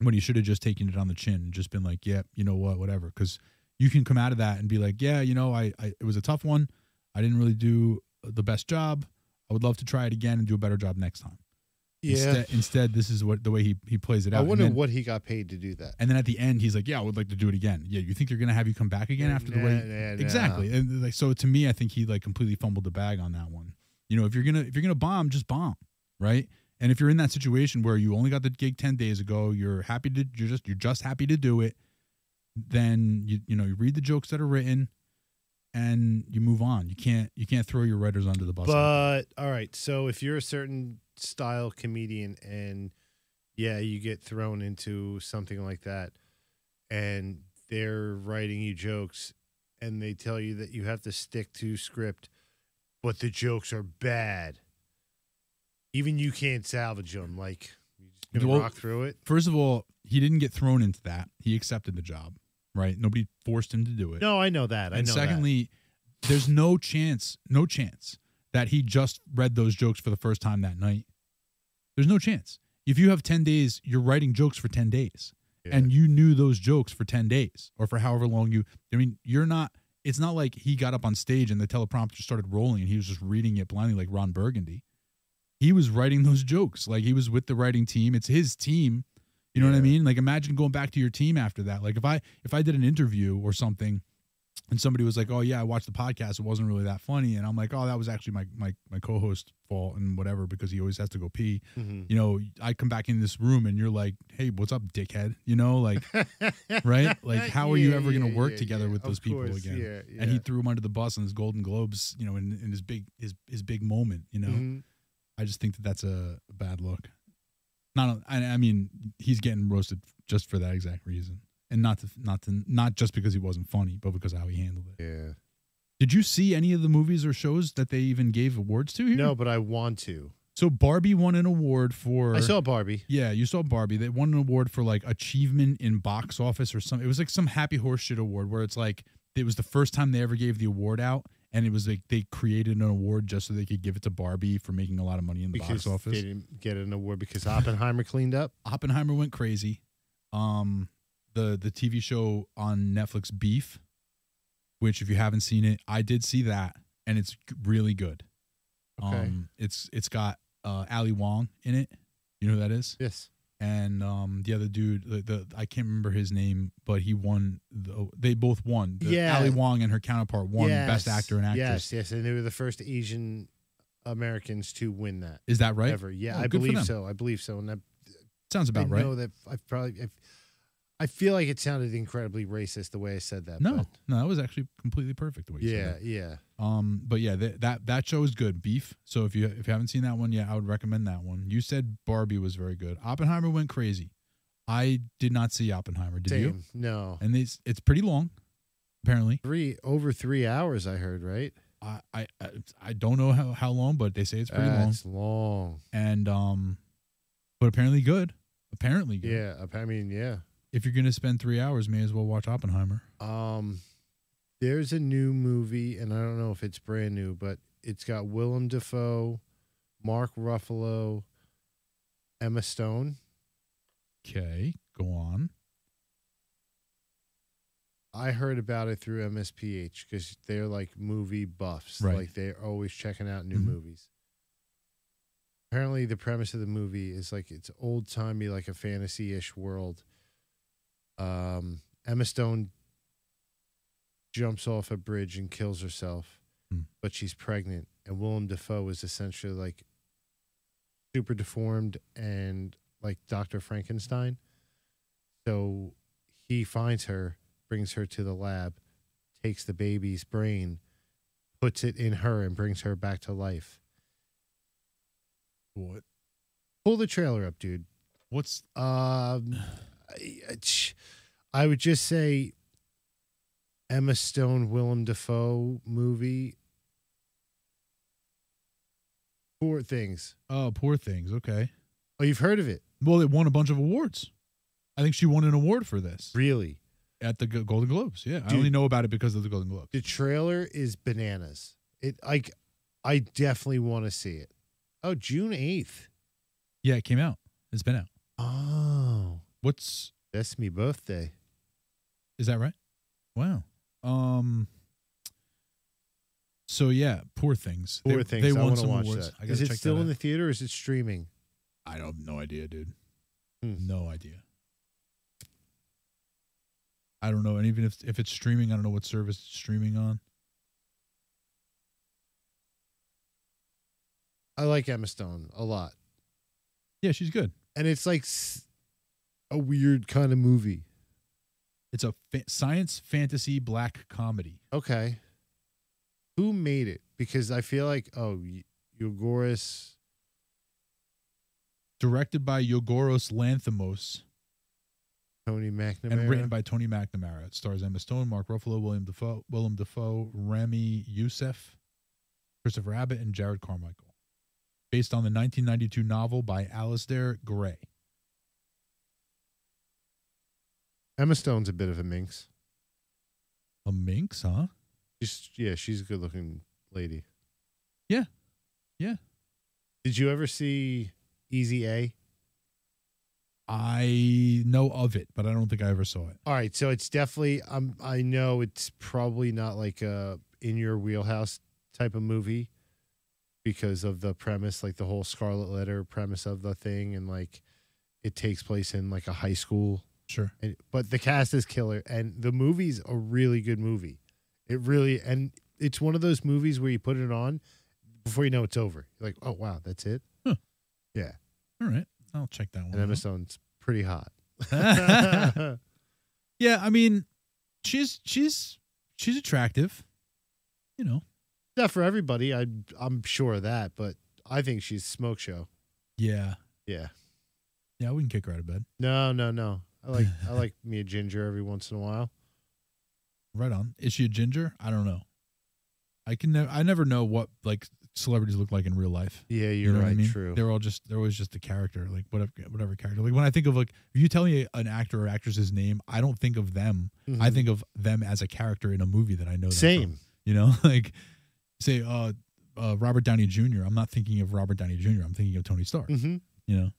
Speaker 2: when he should have just taken it on the chin and just been like yeah you know what whatever because you can come out of that and be like, yeah, you know, I, I it was a tough one. I didn't really do the best job. I would love to try it again and do a better job next time. Instead, instead this is what the way he, he plays it out.
Speaker 1: I
Speaker 2: And
Speaker 1: wonder
Speaker 2: then-
Speaker 1: what he got paid to do that.
Speaker 2: and then at the end, he's like, "Yeah, I would like to do it again." Yeah, you think they're gonna have you come back again after the
Speaker 1: Nah,
Speaker 2: way?
Speaker 1: nah, nah.
Speaker 2: exactly. And like, so to me, I think he like completely fumbled the bag on that one. You know, if you're gonna if you're gonna bomb, just bomb, right? And if you're in that situation where you only got the gig ten days ago, you're happy to you're just you're just happy to do it, then you you know you read the jokes that are written, and you move on. You can't you can't throw your writers under the bus. like that.
Speaker 1: But all right, so if you're a certain style comedian and yeah, you get thrown into something like that and they're writing you jokes and they tell you that you have to stick to script, but the jokes are bad. Even you can't salvage them. Like you're just gonna
Speaker 2: Well-
Speaker 1: rock through it.
Speaker 2: First of all, he didn't get thrown into that. He accepted the job, right? Nobody forced him to do it.
Speaker 1: No, I know that. I
Speaker 2: and
Speaker 1: know
Speaker 2: secondly, there's no chance, no chance that he just read those jokes for the first time that night. There's no chance. If you have 10 days, you're writing jokes for 10 days
Speaker 1: that. Yeah.
Speaker 2: and you knew those jokes for 10 days or for however long you, I mean, you're not, it's not like he got up on stage and the teleprompter started rolling and he was just reading it blindly like Ron Burgundy. He was writing those jokes. Like he was with the writing team. It's his team. You know what I
Speaker 1: Yeah.
Speaker 2: mean? Like imagine going back to your team after that. Like if I if I did an interview or something and somebody was like, "Oh yeah, I watched the podcast. It wasn't really that funny." And I'm like, "Oh, that was actually my my my co-host fault and whatever because he always has to go pee."
Speaker 1: Mhm.
Speaker 2: You know, I come back in this room and you're like, "Hey, what's up, dickhead?" You know, like right? Like how are you
Speaker 1: Uh, Yeah,
Speaker 2: ever going to
Speaker 1: yeah,
Speaker 2: work
Speaker 1: yeah,
Speaker 2: together
Speaker 1: yeah.
Speaker 2: with
Speaker 1: Of
Speaker 2: those people
Speaker 1: course,
Speaker 2: again?
Speaker 1: yeah,
Speaker 2: And
Speaker 1: yeah.
Speaker 2: he threw him under the bus on his Golden Globes, you know, in, in his big his his big moment, you know.
Speaker 1: Mhm.
Speaker 2: I just think that that's a bad look. Not, I, I mean, he's getting roasted just for that exact reason. and not to, not to, not just because he wasn't funny, but because of how he handled it.
Speaker 1: Yeah.
Speaker 2: Did you see any of the movies or shows that they even gave awards to here?
Speaker 1: No, but I want to.
Speaker 2: So Barbie won an award for.
Speaker 1: I saw Barbie.
Speaker 2: Yeah, you saw Barbie. They won an award for like achievement in box office or something. It was like some happy horseshit award where it's like it was the first time they ever gave the award out, and it was like they created an award just so they could give it to Barbie for making a lot of money in the
Speaker 1: Because
Speaker 2: box office.
Speaker 1: they didn't get an award because Oppenheimer cleaned up.
Speaker 2: Oppenheimer went crazy. Um, the the TV show on Netflix, Beef, which if you haven't seen it, I did see that, and it's g- really good.
Speaker 1: Okay.
Speaker 2: Um, it's it's got uh, Ali Wong in it. You know who that is?
Speaker 1: Yes.
Speaker 2: And um, the other dude, the, the I can't remember his name, but he won. The, they both won. The,
Speaker 1: Yeah.
Speaker 2: Ali Wong and her counterpart won Best Actor and
Speaker 1: Yes,
Speaker 2: Actress.
Speaker 1: yes, and they were the first Asian Americans to win that
Speaker 2: Is that right?
Speaker 1: ever. Yeah,
Speaker 2: Oh,
Speaker 1: I
Speaker 2: good for
Speaker 1: believe
Speaker 2: them.
Speaker 1: so. I believe so, and I,
Speaker 2: Sounds
Speaker 1: I
Speaker 2: about right.
Speaker 1: know that I probably. i I feel like it sounded incredibly racist the way I said that.
Speaker 2: No,
Speaker 1: but-
Speaker 2: no, that was actually completely perfect the way you said
Speaker 1: yeah,
Speaker 2: that.
Speaker 1: yeah.
Speaker 2: Um, but yeah, that that that show is good. Beef. So if you if you haven't seen that one yet, I would recommend that one. You said Barbie was very good. Oppenheimer went crazy. I did not see Oppenheimer. Did
Speaker 1: Same.
Speaker 2: you?
Speaker 1: No,
Speaker 2: And it's it's pretty long. Apparently,
Speaker 1: three over three hours. I heard right.
Speaker 2: I I I- I don't know how, how long, but they say it's pretty long.
Speaker 1: That's long.
Speaker 2: And um, but apparently good. Apparently good.
Speaker 1: Yeah, I- I mean, yeah.
Speaker 2: If you're gonna spend three hours, may as well watch Oppenheimer.
Speaker 1: Um, there's a new movie, and I don't know if it's brand new, but it's got Willem Dafoe, Mark Ruffalo, Emma Stone.
Speaker 2: Okay, go on.
Speaker 1: I heard about it through MSPH because they're like movie buffs.
Speaker 2: Right.
Speaker 1: Like they're always checking out new
Speaker 2: Mhm.
Speaker 1: movies. Apparently, the premise of the movie is like it's old timey, like a fantasy ish world. Um, Emma Stone jumps off a bridge and kills herself,
Speaker 2: Hmm.
Speaker 1: but she's pregnant. And Willem Dafoe is essentially like super deformed and like Dr. Frankenstein. So he finds her, brings her to the lab, takes the baby's brain, puts it in her, and brings her back to life.
Speaker 2: What?
Speaker 1: Pull the trailer up, dude.
Speaker 2: What's
Speaker 1: Um, I- it's- I would just say Emma Stone, Willem Dafoe movie. Poor things.
Speaker 2: oh poor things. Okay.
Speaker 1: Oh, you've heard of it?
Speaker 2: Well, it won a bunch of awards. I think she won an award for this.
Speaker 1: Really?
Speaker 2: at the G- Golden Globes. Yeah, I
Speaker 1: Dude.
Speaker 2: only know about it because of the Golden Globes.
Speaker 1: The trailer is bananas. It like, I definitely want to see it. Oh, June eighth.
Speaker 2: Yeah, it came out. It's been out.
Speaker 1: Oh,
Speaker 2: What's
Speaker 1: that's me birthday.
Speaker 2: is that right? Wow. Um. So yeah, poor things.
Speaker 1: Poor
Speaker 2: they,
Speaker 1: things.
Speaker 2: They
Speaker 1: I
Speaker 2: won
Speaker 1: want to
Speaker 2: some
Speaker 1: watch
Speaker 2: awards.
Speaker 1: that.
Speaker 2: I gotta
Speaker 1: Is it
Speaker 2: check
Speaker 1: still
Speaker 2: that
Speaker 1: in the
Speaker 2: out.
Speaker 1: theater? or Is it streaming?
Speaker 2: I don't have no idea, dude.
Speaker 1: Hmm.
Speaker 2: No idea. I don't know. And even if if it's streaming, I don't know what service it's streaming on.
Speaker 1: I like Emma Stone a lot,
Speaker 2: Yeah, she's good.
Speaker 1: and it's like s- a weird kind of movie.
Speaker 2: It's a fa- science fantasy black comedy.
Speaker 1: Okay, who made it? Because I feel like oh, Y- Yogoris.
Speaker 2: Directed by Yogoros Lanthimos.
Speaker 1: Tony McNamara.
Speaker 2: and written by Tony McNamara. It stars Emma Stone, Mark Ruffalo, William Defoe, Willem Defoe, Rami Youssef, Christopher Abbott, and Jared Carmichael. Based on the 1992 novel by Alistair Gray.
Speaker 1: Emma Stone's a bit of a minx.
Speaker 2: A minx, huh?
Speaker 1: She's yeah, she's a good-looking lady.
Speaker 2: Yeah. Yeah.
Speaker 1: Did you ever see Easy A?
Speaker 2: I know of it, but I don't think I ever saw it.
Speaker 1: All right, so it's definitely um, I know it's probably not like a in your wheelhouse type of movie because of the premise, like the whole Scarlet Letter premise of the thing, and like it takes place in like a high school.
Speaker 2: Sure.
Speaker 1: And, but the cast is killer, and the movie's a really good movie. It really and it's one of those movies where you put it on before you know it's over. You're like, oh wow, that's it.
Speaker 2: Huh.
Speaker 1: Yeah,
Speaker 2: All right. I'll check that one.
Speaker 1: and Emma
Speaker 2: out.
Speaker 1: Stone's pretty hot.
Speaker 2: yeah, I mean, she's she's she's attractive. You know.
Speaker 1: not for everybody. I I'm sure of that, but I think she's smoke show.
Speaker 2: Yeah.
Speaker 1: Yeah.
Speaker 2: Yeah, I wouldn't kick her out of bed.
Speaker 1: No, no, no. I like I like me a ginger every once in a while.
Speaker 2: Right on. Is she a ginger? I don't know. I can. Ne- I never know what like celebrities look like in real life.
Speaker 1: Yeah, you're
Speaker 2: know what
Speaker 1: right.
Speaker 2: I mean?
Speaker 1: True.
Speaker 2: They're all just. They're always just a character, like whatever, whatever character. Like when I think of like, if you tell me an actor or actress's name, I don't think of them. I
Speaker 1: Mhm.
Speaker 2: think of them as a character in a movie that I know. them from.
Speaker 1: Same.
Speaker 2: You know, like say uh, uh Robert Downey Jr. I'm not thinking of Robert Downey Jr. I'm thinking of Tony Stark.
Speaker 1: Mm-hmm.
Speaker 2: You know.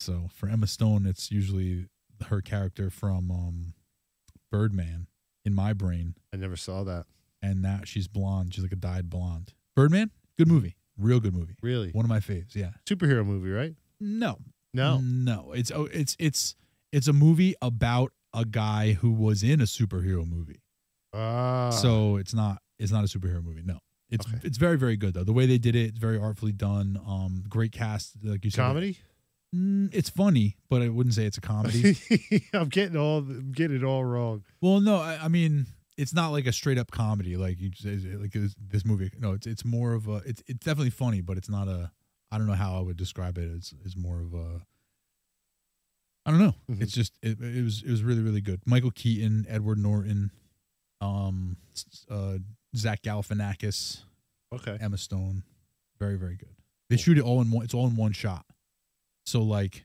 Speaker 2: So for Emma Stone, it's usually her character from um Birdman in my brain,
Speaker 1: I never saw that.
Speaker 2: and now she's blonde. She's like a dyed blonde. Birdman, good movie, real good movie.
Speaker 1: Really?
Speaker 2: One of my faves. Yeah.
Speaker 1: Superhero movie, right?
Speaker 2: No,
Speaker 1: No.
Speaker 2: no. It's oh, it's it's it's a movie about a guy who was in a superhero movie.
Speaker 1: Ah.
Speaker 2: So it's not it's not a superhero movie. No. It's
Speaker 1: Okay.
Speaker 2: it's very very good though. The way they did it, it's very artfully done. Um, great cast, like you said.
Speaker 1: comedy.
Speaker 2: Mm, it's funny, but I wouldn't say it's a comedy.
Speaker 1: I'm getting all I'm getting it all wrong.
Speaker 2: well, no, I, I mean it's not like a straight up comedy like you say like this, this movie. No, it's it's more of a it's it's definitely funny, but it's not a. I don't know how I would describe it. It's it's more of a. I don't know.
Speaker 1: Mhm.
Speaker 2: It's just it, it was it was really really good. Michael Keaton, Edward Norton, um, s- uh, Zach Galifianakis.
Speaker 1: Okay.
Speaker 2: Emma Stone. Very, very good. They shoot it all in one. It's all in one shot. So like,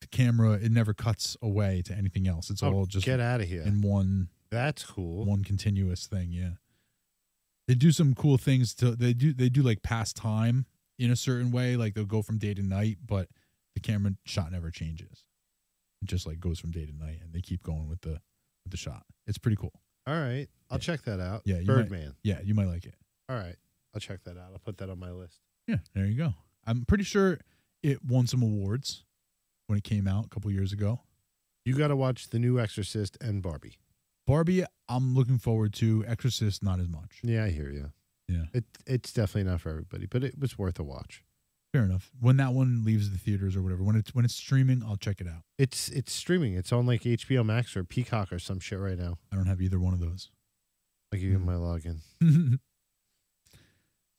Speaker 2: the camera it never cuts away to anything else. It's
Speaker 1: Oh,
Speaker 2: all just
Speaker 1: get out of here.
Speaker 2: in one
Speaker 1: That's cool.
Speaker 2: one continuous thing. Yeah. They do some cool things to they do they do like pass time in a certain way. Like they'll go from day to night, but the camera shot never changes. It just like goes from day to night, and they keep going with the with the shot. It's pretty cool.
Speaker 1: All right. I'll
Speaker 2: Yeah.
Speaker 1: check that out.
Speaker 2: Yeah, you might-
Speaker 1: Birdman.
Speaker 2: Yeah, you might like it.
Speaker 1: All right. I'll check that out. I'll put that on my list.
Speaker 2: Yeah, there you go. I'm pretty sure it won some awards when it came out a couple years ago.
Speaker 1: You got to watch The New Exorcist and Barbie.
Speaker 2: Barbie, I'm looking forward to. Exorcist, not as much.
Speaker 1: Yeah, I hear you.
Speaker 2: Yeah.
Speaker 1: It it's definitely not for everybody, but it was worth a watch.
Speaker 2: Fair enough. When that one leaves the theaters or whatever, when it's when it's streaming, I'll check it out.
Speaker 1: It's it's streaming. It's on like HBO Max or Peacock or some shit right now.
Speaker 2: I don't have either one of those.
Speaker 1: I'll give you
Speaker 2: Hmm.
Speaker 1: my login.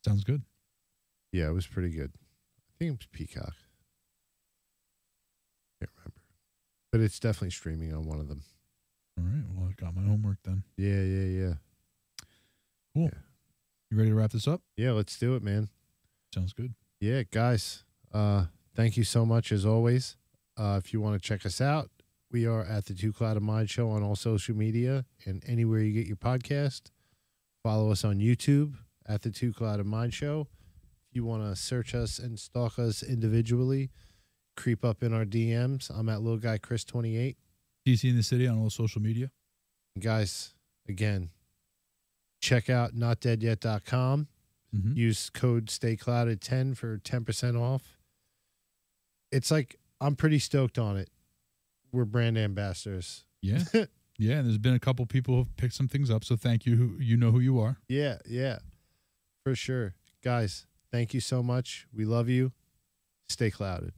Speaker 2: Sounds good.
Speaker 1: Yeah, it was pretty good. I think it was Peacock. Can't remember, but it's definitely streaming on one of them.
Speaker 2: All right. Well, I've got my homework then.
Speaker 1: Yeah, yeah, yeah.
Speaker 2: You ready to wrap this up?
Speaker 1: Yeah, let's do it, man.
Speaker 2: Sounds good.
Speaker 1: Yeah, guys. Uh, thank you so much as always. Uh, if you want to check us out, we are at the Two Cloud of Mind Show on all social media and anywhere you get your podcast. Follow us on YouTube at the Two Cloud of Mind Show. If you want to search us and stalk us individually, creep up in our DMs. I'm at little guy Chris 28.
Speaker 2: DC in the city on all social media.
Speaker 1: Guys, again, check out notdeadyet.com.
Speaker 2: Mhm.
Speaker 1: Use code STAYCLOUDED10 for 10% off. It's like, I'm pretty stoked on it. We're brand ambassadors.
Speaker 2: Yeah. yeah. And there's been a couple people who've picked some things up. So thank you. Who You know who you are.
Speaker 1: Yeah, yeah, for sure. Guys, thank you so much. We love you. Stay clouded.